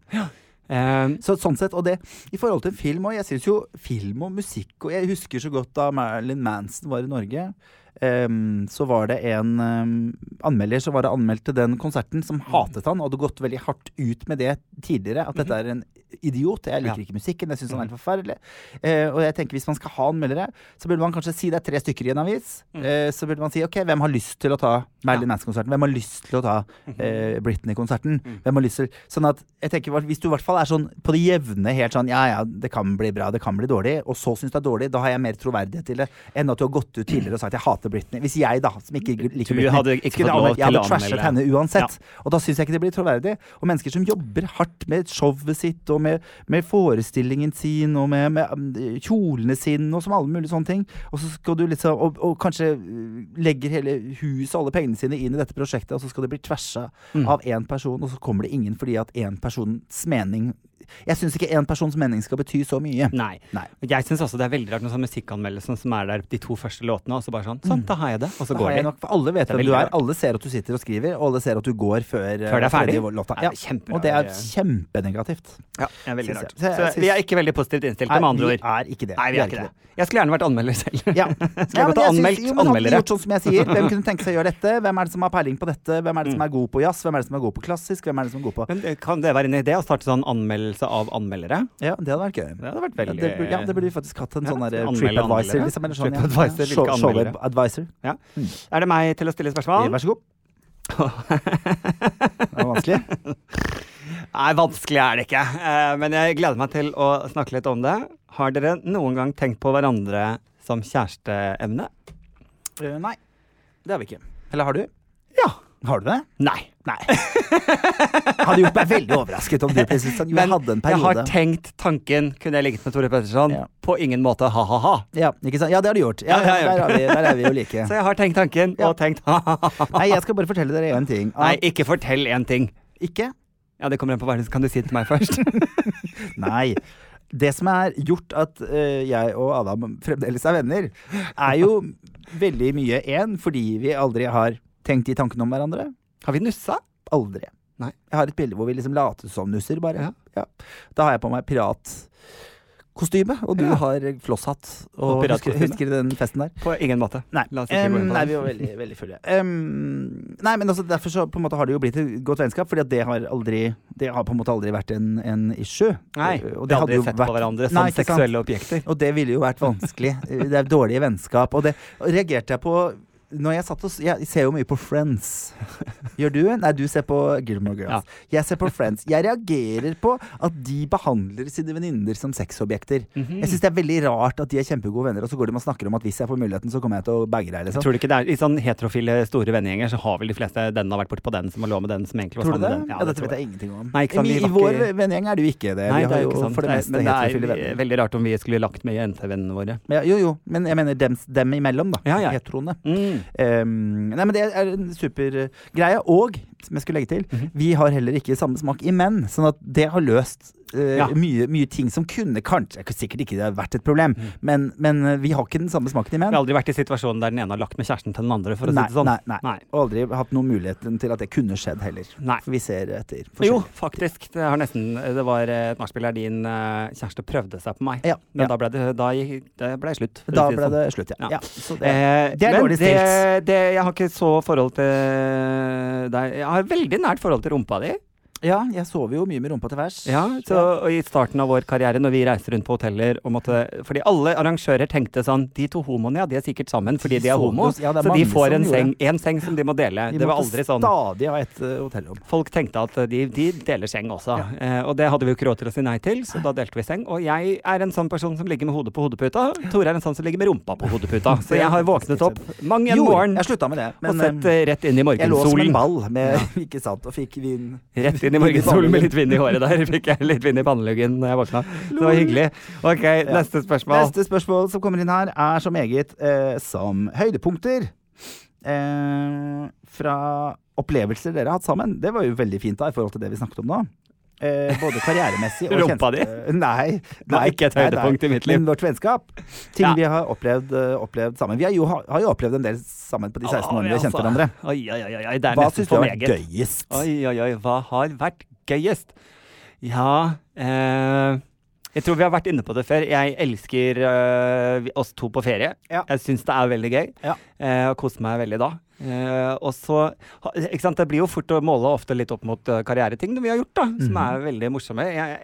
Speaker 1: Eh,
Speaker 2: så, sånn sett, og det I forhold til film òg. Jeg syns jo film og musikk og Jeg husker så godt da Marilyn Manson var i Norge. ehm, så var det en ehm, anmelder som var det anmeldt til den konserten, som hatet han og hadde gått veldig hardt ut med det tidligere. At dette er en idiot. Jeg liker
Speaker 1: Ja.
Speaker 2: ikke musikken. Jeg syns han er helt forferdelig. Eh, og jeg tenker hvis man skal ha anmeldere, så burde man kanskje si det er tre stykker i en avis. eh, så burde man si ok, hvem har lyst til å ta Marilyn Manson-konserten? Hvem har lyst til å ta eh, Britney-konserten? Hvem har lyst til Sånn at jeg tenker hva- hvis du i hvert fall er sånn på det jevne helt sånn ja ja, det kan bli bra, det kan bli dårlig, og så syns du det er dårlig, da har jeg mer troverdighet til det enn at du har gått ut tidligere og sagt jeg hater Britney. Hvis jeg, da, som ikke liker
Speaker 1: Du
Speaker 2: Britney,
Speaker 1: hadde ikke fått
Speaker 2: skulle
Speaker 1: lov
Speaker 2: anmeldt,
Speaker 1: til
Speaker 2: jeg hadde
Speaker 1: å
Speaker 2: trashet
Speaker 1: anmelde.
Speaker 2: henne uansett. Og da syns jeg ikke det blir troverdig. Og mennesker som jobber hardt med showet sitt og med, med forestillingen sin og med, med um, kjolene sine og som alle mulige sånne ting, og så skal du liksom Og, og kanskje uh, legger hele huset og alle pengene sine inn i dette prosjektet, og så skal det bli tversa
Speaker 1: Mm.
Speaker 2: av én person, og så kommer det ingen fordi at én persons mening Jeg syns ikke én persons mening skal bety så mye.
Speaker 1: nei.
Speaker 2: Nei.
Speaker 1: Jeg syns også det er veldig rart med sånn musikkanmeldelsen som er der de to første låtene, og så bare sånn Sånn, da har jeg det. Og så
Speaker 2: Mm. Da har
Speaker 1: går
Speaker 2: jeg
Speaker 1: de.
Speaker 2: nok, for alle vet
Speaker 1: Det er
Speaker 2: hvem du
Speaker 1: veldig
Speaker 2: er,
Speaker 1: rart.
Speaker 2: alle ser at du sitter og skriver, og alle ser at du går før, eh,
Speaker 1: Før det er ferdig.
Speaker 2: de- låta.
Speaker 1: Nei,
Speaker 2: Ja.
Speaker 1: kjemperar-
Speaker 2: Og det er kjempenegativt.
Speaker 1: Ja, det er veldig
Speaker 2: Syns jeg.
Speaker 1: rart.
Speaker 2: Så jeg
Speaker 1: Så
Speaker 2: syns-
Speaker 1: vi er ikke veldig positivt innstilte, med andre
Speaker 2: vi
Speaker 1: ord.
Speaker 2: er ikke det.
Speaker 1: Nei, vi er ikke det. Jeg skulle gjerne vært anmelder selv. [laughs]
Speaker 2: Ja.
Speaker 1: Skulle jeg
Speaker 2: men
Speaker 1: godt ha
Speaker 2: syns-
Speaker 1: anmeldt
Speaker 2: jo, men hadde de
Speaker 1: anmeldere?
Speaker 2: Gjort sånn som jeg sier. Hvem kunne tenke seg å gjøre dette? Hvem er det som har peiling på dette? Hvem er
Speaker 1: Mm.
Speaker 2: det som er god på jazz? Hvem er det som er god på klassisk? Hvem er det som er god på
Speaker 1: Men eh, kan det være en idé å starte sånn anmeldelse av anmeldere?
Speaker 2: Ja, det hadde vært gøy.
Speaker 1: Det hadde vært
Speaker 2: Ja,
Speaker 1: veldig
Speaker 2: det, burde, ja, det burde vi faktisk hatt en
Speaker 1: Ja,
Speaker 2: sånn der
Speaker 1: anmelde
Speaker 2: trip advisor,
Speaker 1: anmeldere.
Speaker 2: liksom. Eller sånn,
Speaker 1: TripAdvisor,
Speaker 2: Show-
Speaker 1: hvilke
Speaker 2: show
Speaker 1: anmeldere?
Speaker 2: advisor.
Speaker 1: Ja. Er det meg til å stille spørsmål?
Speaker 2: Vær så
Speaker 1: [laughs]
Speaker 2: god. Det var vanskelig.
Speaker 1: Nei, vanskelig er det ikke. Eh, Men jeg gleder meg til å snakke litt om det. Har dere noen gang tenkt på hverandre som kjæresteemne?
Speaker 2: Eh, Nei, det har vi ikke. Eller har du?
Speaker 1: Ja.
Speaker 2: Har du det?
Speaker 1: Nei.
Speaker 2: Nei. Hadde gjort meg veldig overrasket om du plutselig
Speaker 1: [laughs]
Speaker 2: sa jo, jeg hadde en
Speaker 1: jeg har
Speaker 2: periode.
Speaker 1: tenkt tanken Kunne jeg ligget med Tore Petterson?
Speaker 2: Ja.
Speaker 1: På ingen måte, ha-ha-ha.
Speaker 2: Ja, ikke sant? ja, det har du gjort.
Speaker 1: Ja,
Speaker 2: Ja,
Speaker 1: det har jeg
Speaker 2: der,
Speaker 1: gjort.
Speaker 2: er vi, der er vi jo like.
Speaker 1: [laughs] Så jeg har tenkt tanken,
Speaker 2: Ja.
Speaker 1: og tenkt ha-ha-ha.
Speaker 2: Nei, jeg skal bare fortelle dere én ting.
Speaker 1: Nei,
Speaker 2: At
Speaker 1: ikke fortell én ting.
Speaker 2: ikke
Speaker 1: Ja, det kommer an på hva det er, så kan du si det til meg først.
Speaker 2: [laughs] Nei. Det som er gjort at eh, jeg og Adam fremdeles er venner, er jo veldig mye én fordi vi aldri har tenkt de tankene om hverandre.
Speaker 1: Har vi nussa?
Speaker 2: Aldri.
Speaker 1: Nei.
Speaker 2: Jeg har et bilde hvor vi liksom later som nusser, bare.
Speaker 1: Ja.
Speaker 2: Ja. Da har jeg på meg piratkostyme, og du
Speaker 1: Ja.
Speaker 2: har flosshatt.
Speaker 1: Og
Speaker 2: Og husker,
Speaker 1: piratkostyme.
Speaker 2: husker du den festen der?
Speaker 1: På ingen måte.
Speaker 2: Nei.
Speaker 1: La oss ikke
Speaker 2: Em,
Speaker 1: gå inn på
Speaker 2: nei,
Speaker 1: det.
Speaker 2: vi var veldig, veldig fulle. Em, nei, men altså, derfor så på en måte har det jo blitt et godt vennskap, fordi at det har aldri Det har på en måte aldri vært en, en issue.
Speaker 1: Nei,
Speaker 2: Eh,
Speaker 1: vi har aldri
Speaker 2: jo
Speaker 1: sett
Speaker 2: vært-
Speaker 1: på hverandre som
Speaker 2: Nei, ikke sant.
Speaker 1: seksuelle objekter.
Speaker 2: Og det ville jo vært
Speaker 1: [laughs]
Speaker 2: vanskelig. Eh, Det er dårlige vennskap. Og det og reagerte jeg på når jeg satt og s- Jeg ser jo mye
Speaker 1: [laughs]
Speaker 2: på Friends. Gjør du? Nei, du ser på Gilmore Girls. Jeg ser på
Speaker 1: [laughs]
Speaker 2: Friends. Jeg reagerer på at de behandler sine venninner som sexobjekter.
Speaker 1: Mhm.
Speaker 2: Jeg syns det er veldig rart at de er kjempegode venner, og så går de og snakker om at hvis jeg får muligheten, så kommer jeg til å bagge deg, liksom.
Speaker 1: Tror du ikke det er, I sånn heterofile store vennegjenger så har vel de fleste den har vært bortpå den som har lå med den som egentlig var
Speaker 2: Tror du
Speaker 1: sammen
Speaker 2: det?
Speaker 1: med den.
Speaker 2: Ja,
Speaker 1: det
Speaker 2: dette
Speaker 1: tror
Speaker 2: vet jeg ingenting om.
Speaker 1: Nei, ikke sant,
Speaker 2: I,
Speaker 1: vi
Speaker 2: I
Speaker 1: var ikke-
Speaker 2: vår vennegjeng er det jo ikke det.
Speaker 1: Nei,
Speaker 2: vi
Speaker 1: det er
Speaker 2: har jo
Speaker 1: Eh, jo ikke sant.
Speaker 2: for det
Speaker 1: Nei,
Speaker 2: meste
Speaker 1: men
Speaker 2: heterofile
Speaker 1: det er
Speaker 2: venner.
Speaker 1: veldig rart om vi skulle lagt med jentevennene våre.
Speaker 2: Ja, jo, jo, men jeg mener dem, dem imellom, da. Ehm,
Speaker 1: Ja, ja.
Speaker 2: Heteroene.
Speaker 1: Mm.
Speaker 2: Um, nei, men det er en super eh, greie. Og som jeg skulle legge til.
Speaker 1: Mhm.
Speaker 2: Vi har heller ikke samme smak i menn, sånn at det har løst eh,
Speaker 1: Ja.
Speaker 2: mye, mye ting som kunne kanskje Sikkert ikke det har vært et problem,
Speaker 1: Mm.
Speaker 2: men, men eh, vi har ikke den samme smaken i
Speaker 1: Jeg
Speaker 2: menn.
Speaker 1: har aldri vært i situasjonen der den ene har lagt med kjæresten til den andre, for å
Speaker 2: nei,
Speaker 1: si det sånn.
Speaker 2: nei, nei,
Speaker 1: Nei.
Speaker 2: Og aldri hatt noen muligheten til at det kunne skjedd heller.
Speaker 1: Nei.
Speaker 2: For vi ser etter
Speaker 1: Jo,
Speaker 2: forskjellig.
Speaker 1: faktisk. Det, har nesten, det var eh, et nachspiel der din eh, kjæreste prøvde seg på meg.
Speaker 2: Ja,
Speaker 1: Men
Speaker 2: ja.
Speaker 1: da ble det, da gikk, det ble slutt. for å si
Speaker 2: Da
Speaker 1: det
Speaker 2: ble
Speaker 1: sånn.
Speaker 2: det slutt, ja.
Speaker 1: Ja.
Speaker 2: ja. Så det,
Speaker 1: Eh,
Speaker 2: Det er
Speaker 1: men
Speaker 2: dårlig stilt.
Speaker 1: Det, det, jeg har ikke så forhold til deg. Jeg har veldig nært forhold til rumpa di.
Speaker 2: Eh, ja, jeg sover jo mye med rumpa til værs.
Speaker 1: Ja, så, og I starten av vår karriere, når vi reiste rundt på hoteller og måtte, Fordi alle arrangører tenkte sånn De to homoene, ja, de er sikkert sammen fordi de, er
Speaker 2: så-
Speaker 1: homo.
Speaker 2: ja, det er
Speaker 1: så de
Speaker 2: mange
Speaker 1: får
Speaker 2: som
Speaker 1: en
Speaker 2: gjorde
Speaker 1: seng, en seng som de må dele.
Speaker 2: Vi
Speaker 1: det var
Speaker 2: måtte
Speaker 1: aldri sånn
Speaker 2: stadig ha et eh, hotellrom.
Speaker 1: Folk tenkte at eh, de, de deler seng også, eh, og det hadde vi jo ikke råd til å si nei til, så da delte vi seng. Og jeg er en sånn person som ligger med hodet på hodeputa. Tore er en sånn som ligger med rumpa på hodeputa. Så jeg har våknet
Speaker 2: [laughs]
Speaker 1: opp mang en
Speaker 2: Jo,
Speaker 1: morgen
Speaker 2: jeg slutta med det,
Speaker 1: og
Speaker 2: men
Speaker 1: sett
Speaker 2: eh,
Speaker 1: eh, rett inn i
Speaker 2: jeg lå som en
Speaker 1: morgensolen.
Speaker 2: ball med [laughs] Ikke sant, og fikk vin.
Speaker 1: Rett inn i morgensolen med litt vind i håret der. Fikk jeg litt vind i panneluggen da jeg våkna. Det var hyggelig. Ok, neste spørsmål.
Speaker 2: Neste spørsmål som kommer inn her, er som eget eh, som høydepunkter. Eh, fra opplevelser dere har hatt sammen. Det var jo veldig fint da, i forhold til det vi snakket om nå. Eh, både karrieremessig
Speaker 1: [laughs]
Speaker 2: og
Speaker 1: Rumpa di?
Speaker 2: kjennskap- Nei.
Speaker 1: var ikke et
Speaker 2: nei, nei.
Speaker 1: høydepunkt i mitt liv.
Speaker 2: Men vårt vennskap. Ting
Speaker 1: Ja.
Speaker 2: vi har opplevd, eh, opplevd sammen. Vi har jo, har jo opplevd en del sammen på de 16 årene vi har kjent
Speaker 1: Altså,
Speaker 2: hverandre.
Speaker 1: Oi, oi, oi, oi. Det er
Speaker 2: Hva
Speaker 1: nesten
Speaker 2: syns du
Speaker 1: for
Speaker 2: har vært
Speaker 1: meget.
Speaker 2: gøyest?
Speaker 1: Oi, oi, oi. Hva har vært gøyest? Ja eh, Jeg tror vi har vært inne på det før. Jeg elsker eh, vi- oss to på ferie.
Speaker 2: Ja.
Speaker 1: Jeg syns det er veldig gøy.
Speaker 2: Ja.
Speaker 1: Eh, og koser meg veldig da. Eh, og så ha- Ikke sant, det blir jo fort å måle ofte litt opp mot eh, karriereting vi har gjort, da. Som
Speaker 2: Mhm.
Speaker 1: er veldig morsomme. Jeg,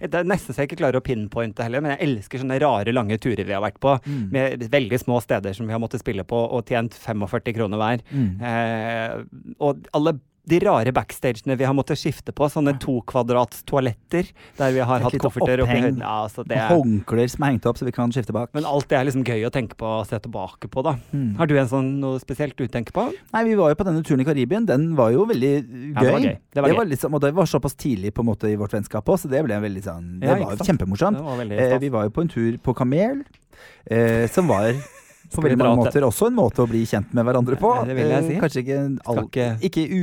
Speaker 1: el- det er nesten så jeg ikke klarer å pinpointe heller, men jeg elsker sånne rare, lange turer vi har vært på.
Speaker 2: Mm.
Speaker 1: Med veldig små steder som vi har måttet spille på, og tjent 45 kroner hver.
Speaker 2: Mm.
Speaker 1: Eh, og alle de rare backstagene vi har måttet skifte på. Sånne to kvadrats toaletter der vi har
Speaker 2: Et
Speaker 1: hatt
Speaker 2: lite
Speaker 1: kofferter oppi
Speaker 2: oppheng.
Speaker 1: høyden. Ja, altså det er,
Speaker 2: Håndklær som er hengt opp, så vi kan skifte bak.
Speaker 1: men alt det er liksom gøy å tenke på og se tilbake på, da.
Speaker 2: Mm.
Speaker 1: Har du en sånn noe spesielt du tenker på?
Speaker 2: Nei, vi var jo på denne turen i Karibien. Den var jo veldig uh, gøy.
Speaker 1: Ja, det var gøy. Det var gøy.
Speaker 2: liksom, og det var såpass tidlig på en måte i vårt vennskap òg, så det ble en veldig sånn Det
Speaker 1: Ja, ikke
Speaker 2: var jo
Speaker 1: sant?
Speaker 2: kjempemorsomt.
Speaker 1: Det var veldig
Speaker 2: Eh,
Speaker 1: stas.
Speaker 2: vi var jo på en tur på kamel, eh, som
Speaker 1: [laughs]
Speaker 2: var på
Speaker 1: vi
Speaker 2: veldig
Speaker 1: dra
Speaker 2: mange
Speaker 1: til-
Speaker 2: måter også en måte å bli kjent med hverandre på.
Speaker 1: Ja, det vil jeg
Speaker 2: Eh,
Speaker 1: si.
Speaker 2: Kanskje ikke en
Speaker 1: Skal
Speaker 2: all,
Speaker 1: ikke-
Speaker 2: Ikke u...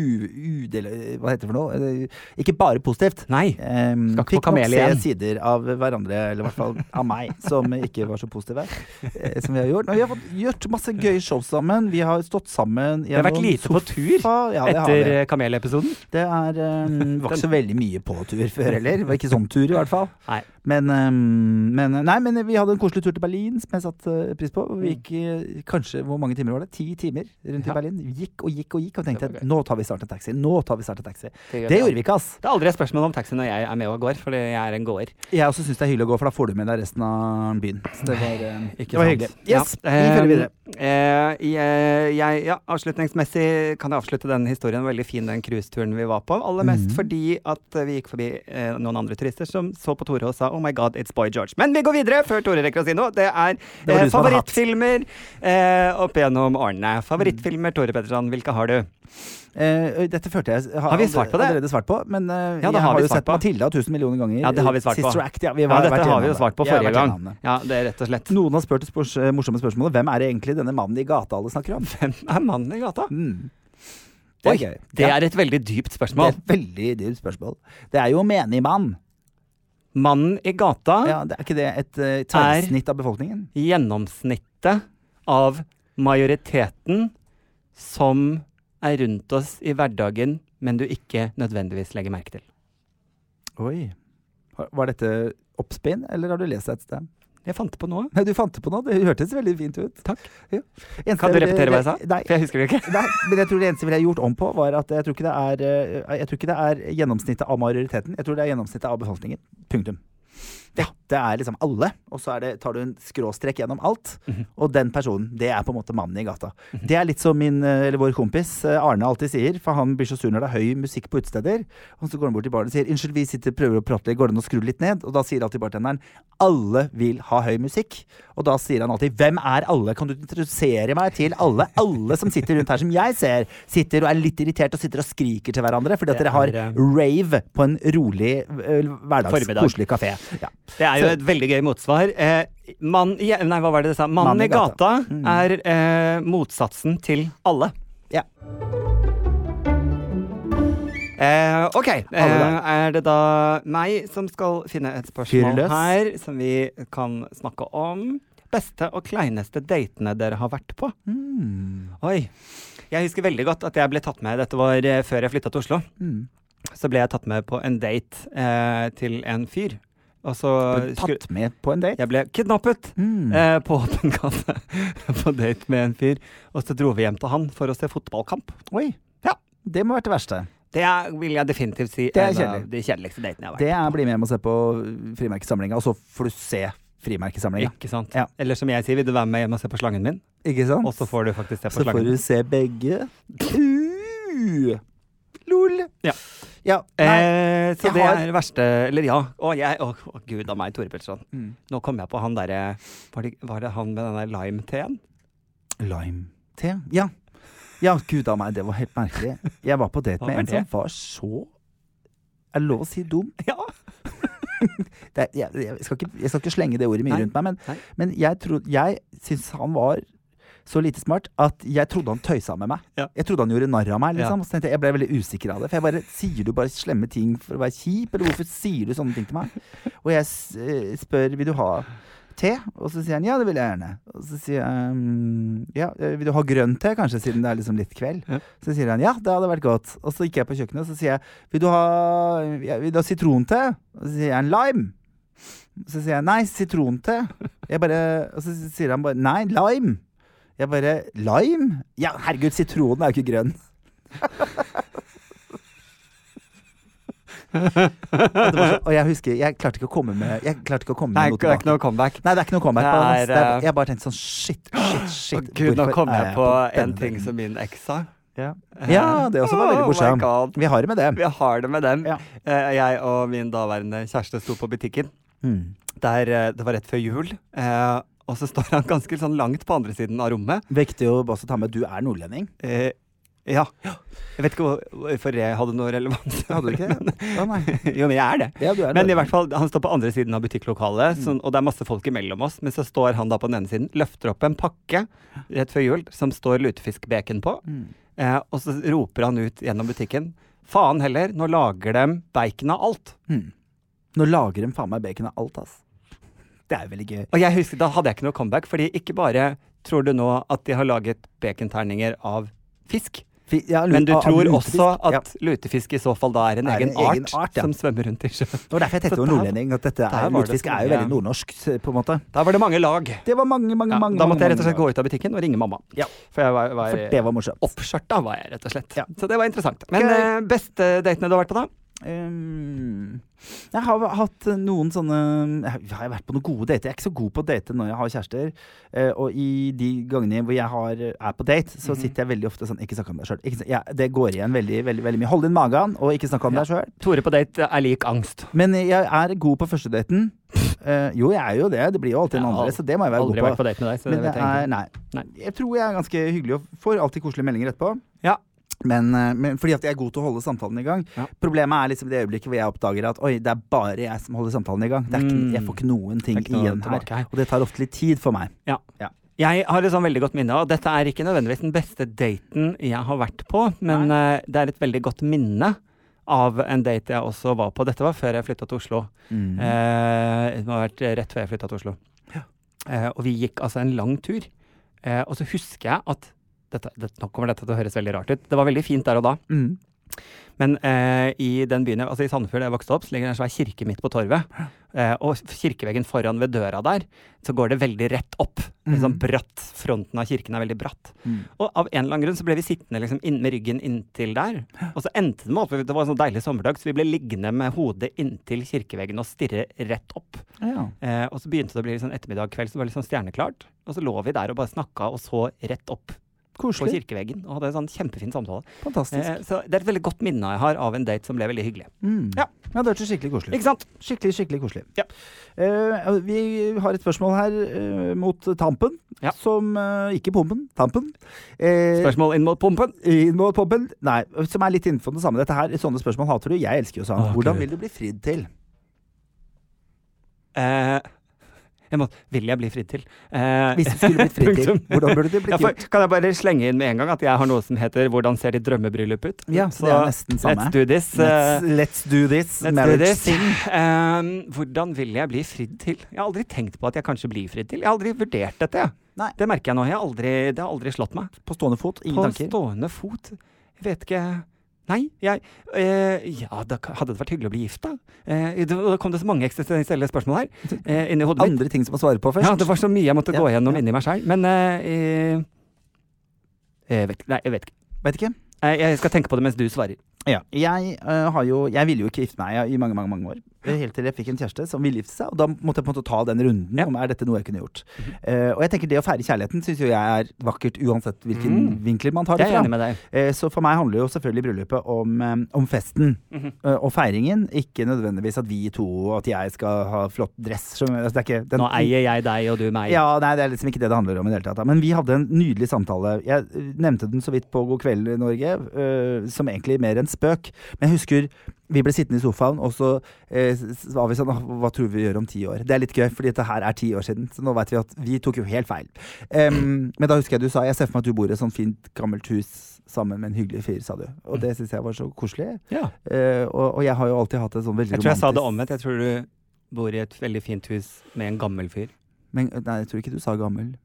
Speaker 2: udele... Hva heter det for noe? Eh, Ikke bare positivt.
Speaker 1: Nei.
Speaker 2: Um,
Speaker 1: Skal ikke på
Speaker 2: fikk nok
Speaker 1: kamel
Speaker 2: se
Speaker 1: igjen.
Speaker 2: sider av hverandre, eller i hvert fall av meg, som ikke var så positive. eh, Som vi har gjort. Men vi har fått gjort masse gøye show sammen. Vi har stått sammen
Speaker 1: Det har vært
Speaker 2: gjennom
Speaker 1: lite på tur
Speaker 2: sofa. Ja, det har
Speaker 1: etter
Speaker 2: vi.
Speaker 1: eh, kamelepisoden.
Speaker 2: [laughs] Det er,
Speaker 1: ehm,
Speaker 2: um, var ikke så veldig mye på tur før heller. Det var ikke sånn tur, i hvert fall.
Speaker 1: [laughs] Nei.
Speaker 2: Men, um, men, nei, men vi hadde en koselig tur til Berlin, som jeg satte eh, pris på. Vi gikk eh, kanskje hvor mange timer var det? Ti timer
Speaker 1: Mm.
Speaker 2: rundt
Speaker 1: Ja.
Speaker 2: i Berlin. Vi gikk og gikk og gikk, og tenkte
Speaker 1: Det var
Speaker 2: at nå tar vi snart en taxi. Nå tar vi snart en taxi. Det gjorde vi ikke, ass.
Speaker 1: Det er aldri et spørsmål om taxi når jeg er med og går, fordi jeg er en gåer.
Speaker 2: Jeg også syns det er hyggelig å gå, for da får du med deg resten av byen. Så det var, eh,
Speaker 1: Ikke
Speaker 2: det var
Speaker 1: sant?
Speaker 2: hyggelig. Yes,
Speaker 1: Ja. ehm,
Speaker 2: vi følger videre.
Speaker 1: Eh, jeg, jeg, ja, avslutningsmessig kan jeg avslutte den historien. Veldig fin den cruiseturen vi var på. Aller mest
Speaker 2: Mhm.
Speaker 1: fordi at eh, vi gikk forbi eh, noen andre turister som så på Tore og sa 'Oh my God, it's Boy George'. Men vi går videre før Tore rekker å si noe. Det er
Speaker 2: Det var
Speaker 1: eh,
Speaker 2: du som hadde hatt.
Speaker 1: favorittfilmer eh, opp gjennom årene. Favorittfilmer, Tore Petterson, hvilke har du?
Speaker 2: Eh, øy, dette følte jeg
Speaker 1: Har vi svart på det?
Speaker 2: Allerede svart på, men eh,
Speaker 1: Ja, det har
Speaker 2: jeg har,
Speaker 1: vi
Speaker 2: jo
Speaker 1: svart
Speaker 2: sett
Speaker 1: på.
Speaker 2: Matilda tusen millioner ganger.
Speaker 1: Ja, det har vi svart på.
Speaker 2: Sister Act, ja. Vi
Speaker 1: Ja,
Speaker 2: har vært
Speaker 1: dette har
Speaker 2: gjennom
Speaker 1: vi jo
Speaker 2: det.
Speaker 1: svart på
Speaker 2: Vi har
Speaker 1: forrige
Speaker 2: vært
Speaker 1: gang.
Speaker 2: gjennom det.
Speaker 1: Ja, det er rett og slett. [laughs]
Speaker 2: Noen har spurt spørs, eh, morsomme spørsmålet Hvem er egentlig denne mannen i gata alle snakker om?
Speaker 1: Hvem er mannen i gata?
Speaker 2: Mm.
Speaker 1: Oi,
Speaker 2: gøy.
Speaker 1: det
Speaker 2: Ja,
Speaker 1: er et veldig dypt
Speaker 2: det er
Speaker 1: spørsmål.
Speaker 2: et veldig dypt spørsmål. Det er jo menig mann.
Speaker 1: Mannen i gata,
Speaker 2: Ja, det er ikke det et uh, tverrsnitt av befolkningen?
Speaker 1: gjennomsnittet av majoriteten som er rundt oss i hverdagen, men du ikke nødvendigvis legger merke til.
Speaker 2: Oi. Har- Var dette oppspinn, eller har du lest det et sted?
Speaker 1: Jeg fant på noe.
Speaker 2: Nei, du fant det på noe. Det hørtes veldig fint ut.
Speaker 1: Takk.
Speaker 2: Ja. Eneste
Speaker 1: Kan du
Speaker 2: ville-
Speaker 1: repetere hva jeg sa?
Speaker 2: Nei.
Speaker 1: For jeg husker det ikke.
Speaker 2: Nei, men jeg tror det eneste jeg ville gjort om på, var at jeg tror ikke det er, eh, jeg tror ikke det er gjennomsnittet av majoriteten. Jeg tror det er gjennomsnittet av befolkningen. Punktum. Ja, det er liksom alle, og så er det, tar du en skråstrek gjennom alt.
Speaker 1: Mhm.
Speaker 2: Og den personen, det er på en måte mannen i gata. Det er litt som min, eh, eller vår kompis eh, Arne alltid sier, for han blir så sur når det er høy musikk på utesteder. Og så går han bort til baren og sier 'Unnskyld, vi sitter og prøver å prate litt, går det an å skru litt ned?' Og da sier alltid bartenderen 'Alle vil ha høy musikk'. Og da sier han alltid 'Hvem er alle? Kan du introdusere meg til alle?' Alle som sitter rundt her, som jeg ser, sitter og er litt irritert og sitter og skriker til hverandre fordi at
Speaker 1: Det
Speaker 2: dere har
Speaker 1: er, eh,
Speaker 2: rave på en rolig, eh, hverdags
Speaker 1: Formiddag.
Speaker 2: koselig kafé. Ja.
Speaker 1: Det er jo et veldig gøy motsvar. Eh, mann, i- nei, hva var det det sa? Mannen i gata
Speaker 2: Mm.
Speaker 1: er eh, motsatsen til alle.
Speaker 2: Ja.
Speaker 1: Eh, ok.
Speaker 2: Alle
Speaker 1: Eh,
Speaker 2: da.
Speaker 1: er det da meg som skal finne et
Speaker 2: Fyr
Speaker 1: spørsmål
Speaker 2: løs.
Speaker 1: her som vi kan snakke om? Beste og kleineste datene dere har vært på?
Speaker 2: Mm.
Speaker 1: Oi. Jeg husker veldig godt at jeg ble tatt med Dette var eh, før jeg flytta til Oslo.
Speaker 2: Mm.
Speaker 1: Så ble jeg tatt med på en date eh, til en fyr. Og så
Speaker 2: Ble
Speaker 1: skulle-
Speaker 2: Tatt med på en date?
Speaker 1: Jeg ble kidnappet
Speaker 2: Mm.
Speaker 1: eh, på åpen gate [laughs] på date med en fyr. Og så dro vi hjem til han for å se fotballkamp.
Speaker 2: Oi.
Speaker 1: Ja.
Speaker 2: Det må være det verste.
Speaker 1: Det er- vil jeg definitivt si
Speaker 2: Det er
Speaker 1: en
Speaker 2: kjedelig.
Speaker 1: av de kjedeligste datene jeg har vært
Speaker 2: Det er bli med hjem og se på frimerkesamlinga, og så får du se frimerkesamlinga.
Speaker 1: Ikke sant?
Speaker 2: Ja.
Speaker 1: Eller som jeg sier, vil du være med hjem og se på slangen min?
Speaker 2: Ikke sant?
Speaker 1: Og så får du faktisk se på
Speaker 2: Så får
Speaker 1: slangen.
Speaker 2: du se begge. Uh, Lol.
Speaker 1: Ja.
Speaker 2: Ja, nei.
Speaker 1: Eh, så
Speaker 2: Jeg
Speaker 1: det
Speaker 2: har-
Speaker 1: er det verste Eller ja. Å, jeg, å, å gud a meg, Tore Petterson.
Speaker 2: Mm.
Speaker 1: Nå kom jeg på han derre var, det- var det han med den der lime-teen?
Speaker 2: Lime-te. Ja. ja, gud a meg, det var helt merkelig. Jeg var på
Speaker 1: [laughs]
Speaker 2: date
Speaker 1: Hva
Speaker 2: med
Speaker 1: var
Speaker 2: en som
Speaker 1: det?
Speaker 2: var så Er det lov å si dum?
Speaker 1: [laughs] Ja.
Speaker 2: Det er, jeg, jeg, skal ikke, jeg skal ikke slenge det ordet mye
Speaker 1: Nei.
Speaker 2: rundt meg, men,
Speaker 1: Nei.
Speaker 2: men jeg, tro- jeg syns han var så lite smart at jeg trodde han tøysa med meg.
Speaker 1: Ja.
Speaker 2: Jeg trodde han gjorde narr av meg.
Speaker 1: Ja.
Speaker 2: Liksom. Og Så tenkte jeg, jeg ble veldig usikker av det. For jeg bare Sier du bare slemme ting for å være kjip, eller hvorfor sier du sånne ting til meg? Og jeg s- eh, spør vil du ha te, og så sier han ja, det vil jeg gjerne. Og så sier jeg «Mm, ja, eh, vil du ha grønn te, kanskje, siden det er liksom litt kveld?
Speaker 1: Ja.
Speaker 2: Så sier han ja, det hadde vært godt. Og så gikk jeg på kjøkkenet, og så sier jeg vil du ha, ja, vil du ha sitronte? Og så sier han lime. Så sier jeg nei, sitronte. Jeg bare, og så sier han bare nei, lime. Jeg bare lime? Ja, herregud, sitronen er jo ikke grønn. Og det var så, og jeg husker, jeg klarte ikke å komme med Jeg klarte ikke å komme med
Speaker 1: Nei,
Speaker 2: noe
Speaker 1: det er
Speaker 2: tilbake.
Speaker 1: ikke noe comeback.
Speaker 2: Nei, det er ikke noe comeback.
Speaker 1: Det
Speaker 2: på det, ass.
Speaker 1: er,
Speaker 2: det er,
Speaker 1: eh,
Speaker 2: jeg bare tenkte sånn shit, shit, shit.
Speaker 1: Å gud, nå
Speaker 2: hvorfor
Speaker 1: kom
Speaker 2: er
Speaker 1: jeg på en
Speaker 2: denne
Speaker 1: ting
Speaker 2: daten?
Speaker 1: som min eks sa.
Speaker 2: ja. ja, det også var veldig
Speaker 1: Oh my
Speaker 2: morsomt.
Speaker 1: God.
Speaker 2: Vi har det med det.
Speaker 1: [laughs] Vi har det med dem.
Speaker 2: Ja.
Speaker 1: Eh, jeg og min daværende kjæreste sto på butikken.
Speaker 2: Mm.
Speaker 1: Der, eh, det var rett før jul. eh, og så står han ganske sånn langt på andre siden av rommet.
Speaker 2: Viktig å også ta med at du er nordlending.
Speaker 1: Eh, ja. Jeg vet ikke hvor- hvorfor jeg hadde noe relevans.
Speaker 2: Hadde du ikke det? Å, [laughs] nei.
Speaker 1: [laughs] jo, men jeg er det.
Speaker 2: Ja,
Speaker 1: Men
Speaker 2: du er Mm.
Speaker 1: i
Speaker 2: nordlending.
Speaker 1: hvert fall, han står på andre siden av butikklokalet, sånn, og det er masse folk imellom oss. Men så står han da på den ene siden, løfter opp en pakke rett før jul som står lutefiskbacon på.
Speaker 2: Mm.
Speaker 1: Eh, og så roper han ut gjennom butikken Faen heller, nå lager de bacon av alt.
Speaker 2: Mm. Nå lager de faen meg bacon av alt, ass. Det er veldig gøy.
Speaker 1: Og jeg husker, da hadde jeg ikke noe comeback, fordi ikke bare tror du nå at de har laget baconterninger av fisk,
Speaker 2: Fi- ja, lut-
Speaker 1: men du
Speaker 2: av- av
Speaker 1: tror
Speaker 2: lutefisk.
Speaker 1: også
Speaker 2: Ja.
Speaker 1: at lutefisk i så fall da er en, egen, art,
Speaker 2: ja.
Speaker 1: som svømmer rundt i sjøen.
Speaker 2: Det var derfor jeg
Speaker 1: Så
Speaker 2: tenkte på
Speaker 1: der-
Speaker 2: nordlending. At dette
Speaker 1: der var
Speaker 2: er,
Speaker 1: det
Speaker 2: lutefisk
Speaker 1: så
Speaker 2: er jo
Speaker 1: mye.
Speaker 2: veldig nordnorsk, s- på en måte.
Speaker 1: Der var det mange lag.
Speaker 2: Det var mange, mange,
Speaker 1: Ja,
Speaker 2: mange
Speaker 1: da måtte jeg
Speaker 2: mange,
Speaker 1: rett og slett
Speaker 2: mange
Speaker 1: gå ut av butikken og ringe mamma.
Speaker 2: Ja.
Speaker 1: For jeg var, var
Speaker 2: For det var morsomt.
Speaker 1: oppskjørta, var jeg rett og slett.
Speaker 2: Ja.
Speaker 1: Så det var interessant. Men
Speaker 2: Gøy.
Speaker 1: eh, beste datene du har vært på, da?
Speaker 2: Ehm, jeg har hatt noen sånne Jeg har vært på noen gode dater. Jeg er ikke så god på å date når jeg har kjærester. Eh, og i de gangene hvor jeg har, er på date, så
Speaker 1: Mhm.
Speaker 2: sitter jeg veldig ofte sånn Ikke snakk om deg sjøl. Ja, det går igjen veldig, veldig, veldig mye. Hold inn magen, og ikke snakk om
Speaker 1: Ja.
Speaker 2: deg sjøl.
Speaker 1: Tore på date er lik angst.
Speaker 2: Men jeg er god på førstedaten. Eh, jo, jeg er jo det. Det blir jo alltid
Speaker 1: Jeg
Speaker 2: en
Speaker 1: har
Speaker 2: andre, så det må jeg være
Speaker 1: Aldri
Speaker 2: god
Speaker 1: vært
Speaker 2: på.
Speaker 1: på date med deg, så
Speaker 2: Men
Speaker 1: det vet
Speaker 2: det
Speaker 1: jeg
Speaker 2: er,
Speaker 1: ikke.
Speaker 2: nei.
Speaker 1: Nei.
Speaker 2: Jeg tror jeg er ganske hyggelig og får alltid koselige meldinger etterpå.
Speaker 1: Ja.
Speaker 2: Men, eh, men fordi at jeg er god til å holde samtalen i gang.
Speaker 1: Ja.
Speaker 2: Problemet er liksom det øyeblikket hvor jeg oppdager at oi, det er bare jeg som holder samtalen i gang. Det er ikke,
Speaker 1: Mm.
Speaker 2: jeg får ikke noen ting
Speaker 1: Det er ikke noe
Speaker 2: igjen her.
Speaker 1: tilbake her.
Speaker 2: Og det tar ofte litt tid for meg.
Speaker 1: Jeg har et sånn veldig godt minne, og dette er ikke nødvendigvis den beste daten jeg har vært på, men eh, det er et veldig godt minne av en date jeg også var på. Dette var før jeg flytta til Oslo. Mm.
Speaker 2: Mm.
Speaker 1: Eh, det må ha vært rett før jeg flytta til Oslo. Eh, og vi gikk altså en lang tur. Eh, og så husker jeg at dette, det, Nå kommer dette til å høres veldig rart ut. Det var veldig fint der og da,
Speaker 2: Mm.
Speaker 1: men eh, i den byen, jeg- altså i Sandefjord, der jeg vokste opp, så ligger det en svær kirke midt på torvet. Eh, og kirkeveggen foran ved døra der, så går det veldig rett opp. Litt sånn
Speaker 2: Mhm.
Speaker 1: bratt. Fronten av kirken er veldig bratt.
Speaker 2: Mm.
Speaker 1: Og av en eller annen grunn så ble vi sittende liksom inn med ryggen inntil der. Og så endte det med at det var en sånn deilig sommerdag, så vi ble liggende med hodet inntil kirkeveggen og stirre rett opp.
Speaker 2: Ja.
Speaker 1: Eh, og så begynte det å bli litt sånn ettermiddag kveld, så det var litt sånn stjerneklart. Og så lå vi der og bare snakka og så rett opp på
Speaker 2: Koselig.
Speaker 1: kirkeveggen og hadde en sånn kjempefin samtale.
Speaker 2: Fantastisk.
Speaker 1: Eh, så det er et veldig godt minne jeg har av en date som ble veldig hyggelig.
Speaker 2: Mm.
Speaker 1: ja.
Speaker 2: ja, det hørtes skikkelig koselig ut.
Speaker 1: Ikke sant?
Speaker 2: Skikkelig, skikkelig koselig.
Speaker 1: Ja.
Speaker 2: Eh, vi har et spørsmål her eh, mot Tampen,
Speaker 1: Ja.
Speaker 2: som eh, Ikke Pumpen, Tampen. Eh,
Speaker 1: Spørsmål inn mot pumpen.
Speaker 2: inn mot pumpen? Nei, som er litt innenfor det samme. Dette her, Sånne spørsmål hater du.
Speaker 1: Ah,
Speaker 2: Jeg elsker jo
Speaker 1: [laughs]
Speaker 2: sånn.
Speaker 1: Å,
Speaker 2: Hvordan
Speaker 1: Gud.
Speaker 2: vil du bli fridd til?
Speaker 1: Eh, Jeg må, vil jeg bli fridd til? Eh,
Speaker 2: Hvis det skulle blitt fritid,
Speaker 1: Punktum.
Speaker 2: hvordan burde det
Speaker 1: ja,
Speaker 2: blitt
Speaker 1: for,
Speaker 2: gjort?
Speaker 1: kan jeg bare slenge inn med en gang at jeg har noe som heter 'Hvordan ser ditt drømmebryllup ut?'
Speaker 2: Ja, så det er nesten samme.
Speaker 1: Let's do this.
Speaker 2: Let's,
Speaker 1: eh,
Speaker 2: let's do this.
Speaker 1: Let's do
Speaker 2: marriage
Speaker 1: this.
Speaker 2: thing.
Speaker 1: Eh, hvordan vil jeg bli fridd til? Jeg har aldri tenkt på at jeg kanskje blir fridd til. Jeg har aldri vurdert dette. jeg.
Speaker 2: Nei.
Speaker 1: Det merker jeg nå. Jeg har aldri, det har aldri slått meg.
Speaker 2: På stående fot. Ingen
Speaker 1: på
Speaker 2: tanker.
Speaker 1: stående fot. Jeg vet ikke Nei, jeg eh, Ja, da ka- hadde det vært hyggelig å bli gift, da. Eh, det- da kom det så mange eksistensielle spørsmål
Speaker 2: [laughs]
Speaker 1: her eh, inni hodet mitt.
Speaker 2: Andre ting som må svare på først.
Speaker 1: Ja, det var så mye jeg måtte
Speaker 2: Ja,
Speaker 1: gå gjennom
Speaker 2: ja.
Speaker 1: inni meg selv Men eh, eh, jeg vet ikke. Nei, jeg vet ikke.
Speaker 2: Vet ikke.
Speaker 1: Eh, Jeg skal tenke på det mens du svarer.
Speaker 2: Ja. Jeg, eh, har jo, jeg ville jo ikke gifte meg i mange mange, mange år. Eh, Helt til jeg fikk en kjæreste som ville gifte seg. Og da måtte jeg på en måte ta den runden
Speaker 1: Ja. Mhm.
Speaker 2: om er dette noe jeg kunne gjort. Eh, og jeg tenker det å feire kjærligheten syns jo jeg er vakkert uansett hvilken
Speaker 1: Mm.
Speaker 2: vinkler man tar det
Speaker 1: Jeg er
Speaker 2: fra.
Speaker 1: enig med deg.
Speaker 2: Eh, så for meg handler jo selvfølgelig bryllupet om, eh, om festen
Speaker 1: Mhm.
Speaker 2: eh, og feiringen. Ikke nødvendigvis at vi to og at jeg skal ha flott dress. skjønner du? Altså, det er ikke, den-
Speaker 1: Nå eier jeg deg og du meg.
Speaker 2: ja, nei, det er liksom ikke det det handler om i det hele tatt. da. Men vi hadde en nydelig samtale. Jeg eh, nevnte den så vidt på God kveld, Norge, eh, som egentlig mer en spøk. Men jeg husker vi ble sittende i sofaen, og så eh, s- var vi sånn «Åh, Hva tror vi vi gjør om ti år? Det er litt gøy, for dette her er ti år siden. Så nå veit vi at vi tok jo helt feil. Em, men da husker jeg du sa Jeg ser for meg at du bor i et sånt fint, gammelt hus sammen med en hyggelig fyr, sa du. Og det syns jeg var så koselig.
Speaker 1: Ja.
Speaker 2: Eh, og, og jeg har jo alltid hatt et sånn veldig
Speaker 1: Jeg tror jeg sa det omvendt. Jeg tror du bor i et veldig fint hus med en gammel fyr.
Speaker 2: Men, eh, nei, jeg tror ikke du sa gammel.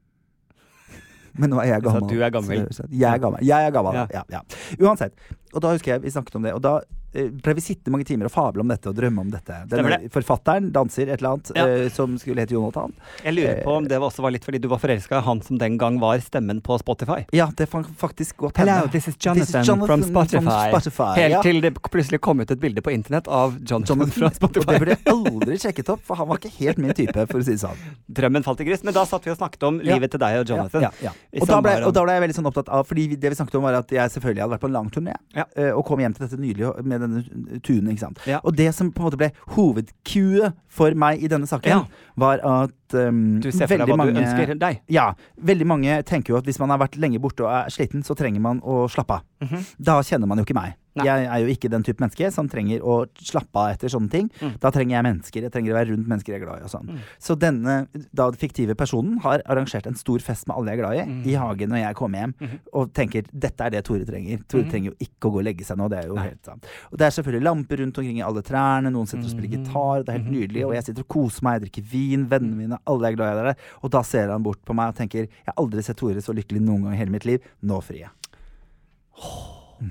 Speaker 2: Men nå er jeg
Speaker 1: Du sa
Speaker 2: gammel.
Speaker 1: du er
Speaker 2: så
Speaker 1: gammel.
Speaker 2: det høres ut. Jeg er gammel. Jeg er gammel. Ja.
Speaker 1: Ja.
Speaker 2: Ja, Uansett. Og da husker jeg vi snakket om det. Og da eh, ble vi sittende mange timer og fable om dette og drømme om dette.
Speaker 1: Stemmer
Speaker 2: Denne forfatteren danser et eller annet
Speaker 1: Ja.
Speaker 2: eh, som skulle hete Jonathan.
Speaker 1: Jeg lurer på om det også var litt fordi du var forelska i han som den gang var stemmen på Spotify.
Speaker 2: Ja, det fant faktisk godt hende.
Speaker 1: Hello, this is Jonathan,
Speaker 2: This is Jonathan
Speaker 1: from Spotify.
Speaker 2: from Spotify,
Speaker 1: Helt
Speaker 2: ja.
Speaker 1: til det plutselig kom ut et bilde på internett av Jonathan, [laughs] fra
Speaker 2: [laughs] Og det
Speaker 1: Spotify.
Speaker 2: burde jeg aldri sjekket opp, for han var ikke helt min type, for å si det sånn.
Speaker 1: Drømmen falt i grus, men da satt vi og snakket om
Speaker 2: Ja.
Speaker 1: livet til deg og Jonathan.
Speaker 2: Ja, ja,
Speaker 1: I
Speaker 2: ja. Og, da ble,
Speaker 1: samme
Speaker 2: og da ble jeg veldig sånn opptatt av Fordi vi- det vi snakket om, var at jeg selvfølgelig hadde vært på en lang turné.
Speaker 1: Ja.
Speaker 2: eh, Og kom hjem til dette nylig med denne tunen. Ikke sant?
Speaker 1: Ja.
Speaker 2: Og det som på en måte ble hovedcuet for meg i denne saken,
Speaker 1: Ja.
Speaker 2: var at um,
Speaker 1: Du ser for deg hva du ønsker deg.
Speaker 2: ja, veldig mange tenker jo at hvis man har vært lenge borte og er sliten, så trenger man å slappe av. Da kjenner man jo ikke meg.
Speaker 1: Nei.
Speaker 2: Jeg er jo ikke den type menneske som trenger å slappe av etter sånne ting.
Speaker 1: Mm.
Speaker 2: Da trenger jeg mennesker. Jeg trenger å være rundt mennesker jeg er glad i. og sånn.
Speaker 1: Mm.
Speaker 2: Så denne da fiktive personen har arrangert en stor fest med alle jeg er glad i,
Speaker 1: Mm.
Speaker 2: i hagen når jeg kommer hjem,
Speaker 1: Mhm.
Speaker 2: og tenker dette er det Tore trenger. Tore
Speaker 1: Mm.
Speaker 2: trenger jo ikke å gå og legge seg nå. Det er jo
Speaker 1: Nei.
Speaker 2: helt sant. Og det er selvfølgelig lamper rundt omkring i alle trærne, noen sitter og spiller
Speaker 1: Mhm.
Speaker 2: gitar, det er helt
Speaker 1: Mhm.
Speaker 2: nydelig, og jeg sitter og koser meg, jeg drikker vin, vennene mine, alle er glad i dere. Og da ser han bort på meg og tenker Jeg har aldri sett Tore så lykkelig noen gang i hele mitt liv. Nå frir jeg.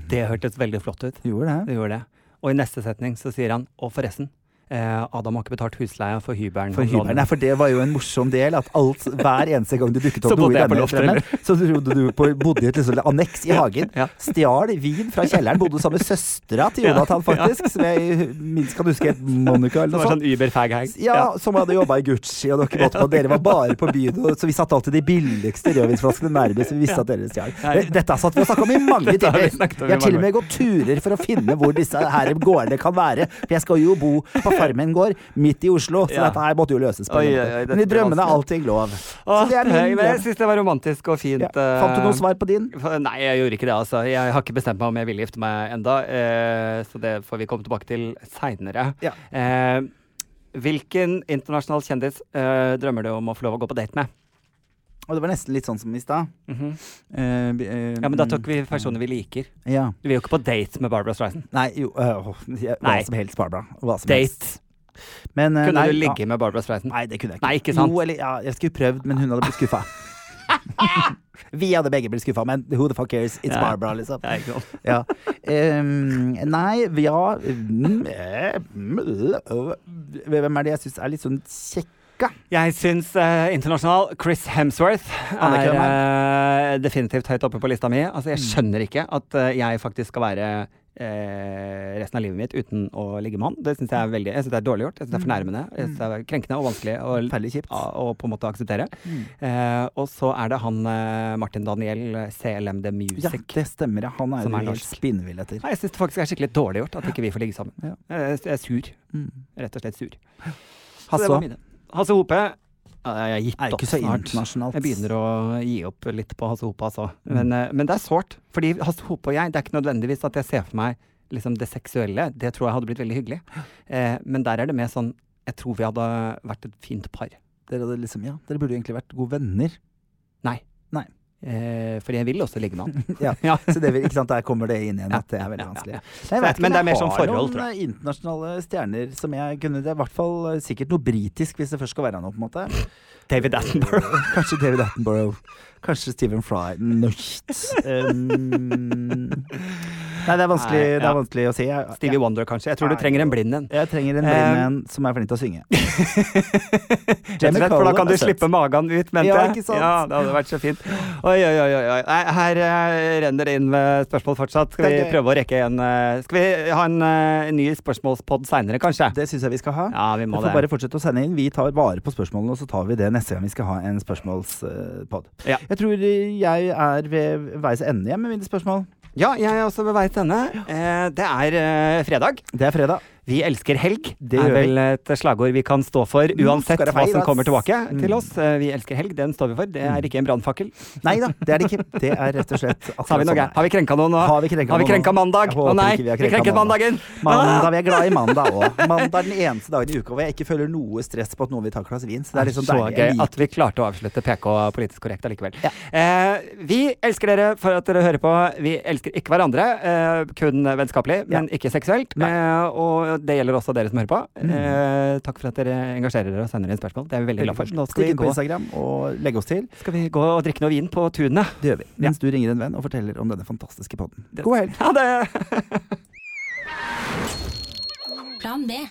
Speaker 1: Det hørtes veldig flott ut.
Speaker 2: Gjorde
Speaker 1: Det gjorde det. Og i neste setning så sier han og forresten, eh, Adam har ikke betalt husleia for hybelen.
Speaker 2: For
Speaker 1: han låner.
Speaker 2: hybelen. Nei, for det var jo en morsom del. At alt, hver eneste gang du dukket
Speaker 1: Så
Speaker 2: opp noe
Speaker 1: bodde
Speaker 2: i
Speaker 1: jeg på
Speaker 2: denne
Speaker 1: loftet,
Speaker 2: fremmed, så trodde du på, bodde i et liksom anneks i hagen.
Speaker 1: Ja.
Speaker 2: Stjal vin fra kjelleren. Bodde sammen med søstera til
Speaker 1: Ja.
Speaker 2: Jonathan, faktisk. Som jeg minst kan huske het Monica
Speaker 1: Det
Speaker 2: eller
Speaker 1: var
Speaker 2: noe sånt.
Speaker 1: sånn Uber-fag-hag.
Speaker 2: Ja, som hadde jobba i Gucci, og dere,
Speaker 1: [laughs]
Speaker 2: måtte på, dere var bare på byen. Og, så vi satt alltid de billigste rødvinsflaskene nærmest, så vi visste at dere stjal.
Speaker 1: Nei.
Speaker 2: Dette satt vi og snakka om i mange
Speaker 1: [laughs] Dette har vi
Speaker 2: timer.
Speaker 1: snakket om i
Speaker 2: Jeg har til
Speaker 1: mange
Speaker 2: og med gått turer for å finne hvor disse her gårdene kan være. For jeg skal jo bo på Farmen gård, midt i Oslo, så
Speaker 1: Ja.
Speaker 2: dette her måtte jo løses. på en
Speaker 1: Oi,
Speaker 2: måte.
Speaker 1: oi, oi, dette
Speaker 2: Men i
Speaker 1: blir
Speaker 2: drømmene er
Speaker 1: vanskelig.
Speaker 2: allting lov.
Speaker 1: Åh,
Speaker 2: Så det er
Speaker 1: [laughs]
Speaker 2: min
Speaker 1: jeg
Speaker 2: drøm.
Speaker 1: jeg syns det var romantisk og fint.
Speaker 2: Ja. Fant du
Speaker 1: eh,
Speaker 2: noe svar på din?
Speaker 1: F- Nei, jeg gjorde ikke det, altså. Jeg har ikke bestemt meg om jeg vil gifte meg enda, eh, så det får vi komme tilbake til seinere.
Speaker 2: Ja.
Speaker 1: Eh, hvilken internasjonal kjendis eh, drømmer du om å få lov å gå på date med?
Speaker 2: Og det var nesten litt sånn som i stad.
Speaker 1: Mhm.
Speaker 2: Eh, vi- eh,
Speaker 1: Ja, men da tok vi personer vi liker.
Speaker 2: ja.
Speaker 1: Du vil jo ikke på date med Barbara Streisand.
Speaker 2: Nei, jo øh, jeg- Hva
Speaker 1: Nei.
Speaker 2: som helst, Barbara. Hva som helst.
Speaker 1: Date!
Speaker 2: Men, eh,
Speaker 1: Kunne
Speaker 2: nei,
Speaker 1: du
Speaker 2: ja.
Speaker 1: ligge med Barbara Streisand?
Speaker 2: Nei, det kunne jeg ikke.
Speaker 1: Nei, ikke sant?
Speaker 2: Jo, eller ja, jeg skulle prøvd, men hun hadde blitt
Speaker 1: [laughs]
Speaker 2: skuffa. Vi hadde begge blitt skuffa, men who the fuck cares? It's
Speaker 1: Ja.
Speaker 2: Barbara, liksom.
Speaker 1: Nei, ikke sant.
Speaker 2: Ja. Ehm, nei, ja mm, eh, mm, øh, Hvem er det jeg syns er litt sånn kjekka?
Speaker 1: Jeg syns eh, internasjonal Chris Hemsworth
Speaker 2: Han er
Speaker 1: er
Speaker 2: ikke
Speaker 1: eh, definitivt høyt oppe på lista mi. Altså, jeg skjønner ikke at eh, jeg faktisk skal være eh, resten av livet mitt uten å ligge med han. Det syns jeg er veldig Jeg synes det er dårlig gjort. Jeg syns det er fornærmende. Jeg synes det er krenkende og vanskelig å,
Speaker 2: Forferdelig kjipt.
Speaker 1: å, å på en måte akseptere. Eh, og så er det han eh, Martin Daniel, eh, CLM The
Speaker 2: Ja,
Speaker 1: Music.
Speaker 2: det stemmer. ja. Han er
Speaker 1: Som
Speaker 2: jo
Speaker 1: er
Speaker 2: helt
Speaker 1: norsk.
Speaker 2: spinnvill etter.
Speaker 1: Nei, jeg syns det faktisk er skikkelig dårlig gjort at ikke vi får ligge sammen.
Speaker 2: Ja.
Speaker 1: Jeg, jeg er sur.
Speaker 2: Mm.
Speaker 1: Rett og slett sur. Så det var
Speaker 2: Hasse
Speaker 1: mine. Hasse Hope eh, Jeg har gitt
Speaker 2: er
Speaker 1: opp
Speaker 2: ikke så
Speaker 1: snart.
Speaker 2: internasjonalt.
Speaker 1: Jeg begynner å gi opp litt på Hasse Hope, altså.
Speaker 2: Mm.
Speaker 1: Men, eh, men det er sårt. Fordi Hasse Hope og jeg, det er ikke nødvendigvis at jeg ser for meg liksom det seksuelle. Det tror jeg hadde blitt veldig hyggelig. Eh, men der er det mer sånn Jeg tror vi hadde vært et fint par.
Speaker 2: dere hadde liksom, ja, dere burde jo egentlig vært gode venner.
Speaker 1: Eh, for jeg vil også ligge med han.
Speaker 2: [laughs] Ja.
Speaker 1: Ja.
Speaker 2: Så det, vil- ikke sant, der kommer det inn igjen
Speaker 1: Ja.
Speaker 2: at det er veldig
Speaker 1: Ja,
Speaker 2: vanskelig.
Speaker 1: ja.
Speaker 2: Nei, jeg vet ikke,
Speaker 1: Men det er mer
Speaker 2: jeg
Speaker 1: sånn
Speaker 2: har
Speaker 1: forhold,
Speaker 2: noen
Speaker 1: tror
Speaker 2: eh, internasjonale stjerner som jeg kunne Det er i hvert fall eh, sikkert noe britisk, hvis det først skal være noe, på en måte. Eh,
Speaker 1: David Attenborough.
Speaker 2: Kanskje David Attenborough. Kanskje Stephen Fry. Nøyt. Um, nei, det er vanskelig,
Speaker 1: Nei,
Speaker 2: det
Speaker 1: ja.
Speaker 2: er vanskelig å si. Jeg,
Speaker 1: Stevie
Speaker 2: jeg,
Speaker 1: Wonder, Um, kanskje. Jeg tror du
Speaker 2: Nei.
Speaker 1: trenger en blind en.
Speaker 2: jeg trenger en blind en som er flink til å
Speaker 1: [laughs]
Speaker 2: synge.
Speaker 1: Rett og slett, for da kan
Speaker 2: Callum
Speaker 1: du
Speaker 2: er søt.
Speaker 1: slippe magen ut, mente
Speaker 2: Ja,
Speaker 1: jeg.
Speaker 2: ikke sant?
Speaker 1: Ja, det hadde vært så fint. Oi, oi, oi. oi. oi. Nei, her eh, renner det inn med spørsmål fortsatt. Skal vi
Speaker 2: Det er gøy.
Speaker 1: prøve å rekke en eh, Skal vi ha en eh, ny spørsmålspod seinere, kanskje?
Speaker 2: Det syns jeg vi skal ha.
Speaker 1: Ja, vi
Speaker 2: Du
Speaker 1: må
Speaker 2: får
Speaker 1: det.
Speaker 2: bare fortsette å sende inn. Vi tar vare på spørsmålene, og så tar vi det neste gang vi skal ha en spørsmålspod.
Speaker 1: Ja.
Speaker 2: Jeg tror eh, jeg er ved veis ende igjen med mine spørsmål.
Speaker 1: Ja, jeg er også ved vei til ende. Eh, Det er eh, fredag.
Speaker 2: Det er fredag.
Speaker 1: Vi elsker helg. Det
Speaker 2: Det
Speaker 1: er
Speaker 2: gjør vi. Mm,
Speaker 1: vel et slagord vi kan stå for uansett
Speaker 2: skal det
Speaker 1: hva som
Speaker 2: feires.
Speaker 1: kommer tilbake
Speaker 2: Mm.
Speaker 1: til oss. Eh, Vi elsker helg, den står vi for. Det er ikke en brannfakkel.
Speaker 2: Nei da, det er det ikke. Det er rett og slett
Speaker 1: Så Har, vi
Speaker 2: akkurat
Speaker 1: noe
Speaker 2: sånn.
Speaker 1: gærent? har vi krenka noen Ah! nå?
Speaker 2: Har vi krenka
Speaker 1: Har vi
Speaker 2: noen nå?
Speaker 1: krenka mandag?
Speaker 2: Jeg
Speaker 1: Å
Speaker 2: håper
Speaker 1: nei,
Speaker 2: ikke vi
Speaker 1: vi
Speaker 2: har krenka
Speaker 1: krenket mandagen!
Speaker 2: Mandag, Vi er glad i mandag òg. Mandag er den eneste dagen i uka hvor jeg ikke føler noe stress på at noen vil ta et glass vin. Så det er liksom
Speaker 1: så
Speaker 2: deilig.
Speaker 1: gøy
Speaker 2: Jeg liker-
Speaker 1: at vi klarte å avslutte PK politisk korrekt allikevel.
Speaker 2: Ja.
Speaker 1: Eh, vi elsker dere for at dere hører på. Vi elsker ikke hverandre, eh, kun vennskapelig, men ikke seksuelt. Eh, og det gjelder også dere som hører på. Eh, takk for at dere engasjerer dere og sender inn spørsmål. Det er vi veldig glad for. Nå skal
Speaker 2: Stikk
Speaker 1: vi,
Speaker 2: inn på
Speaker 1: gå,
Speaker 2: Instagram og legge oss til.
Speaker 1: skal vi gå og drikke noe vin på tunet.
Speaker 2: Det gjør vi. Mens du ringer en venn og forteller om denne fantastiske podden.
Speaker 1: God helg. Ha det!
Speaker 3: Plan B.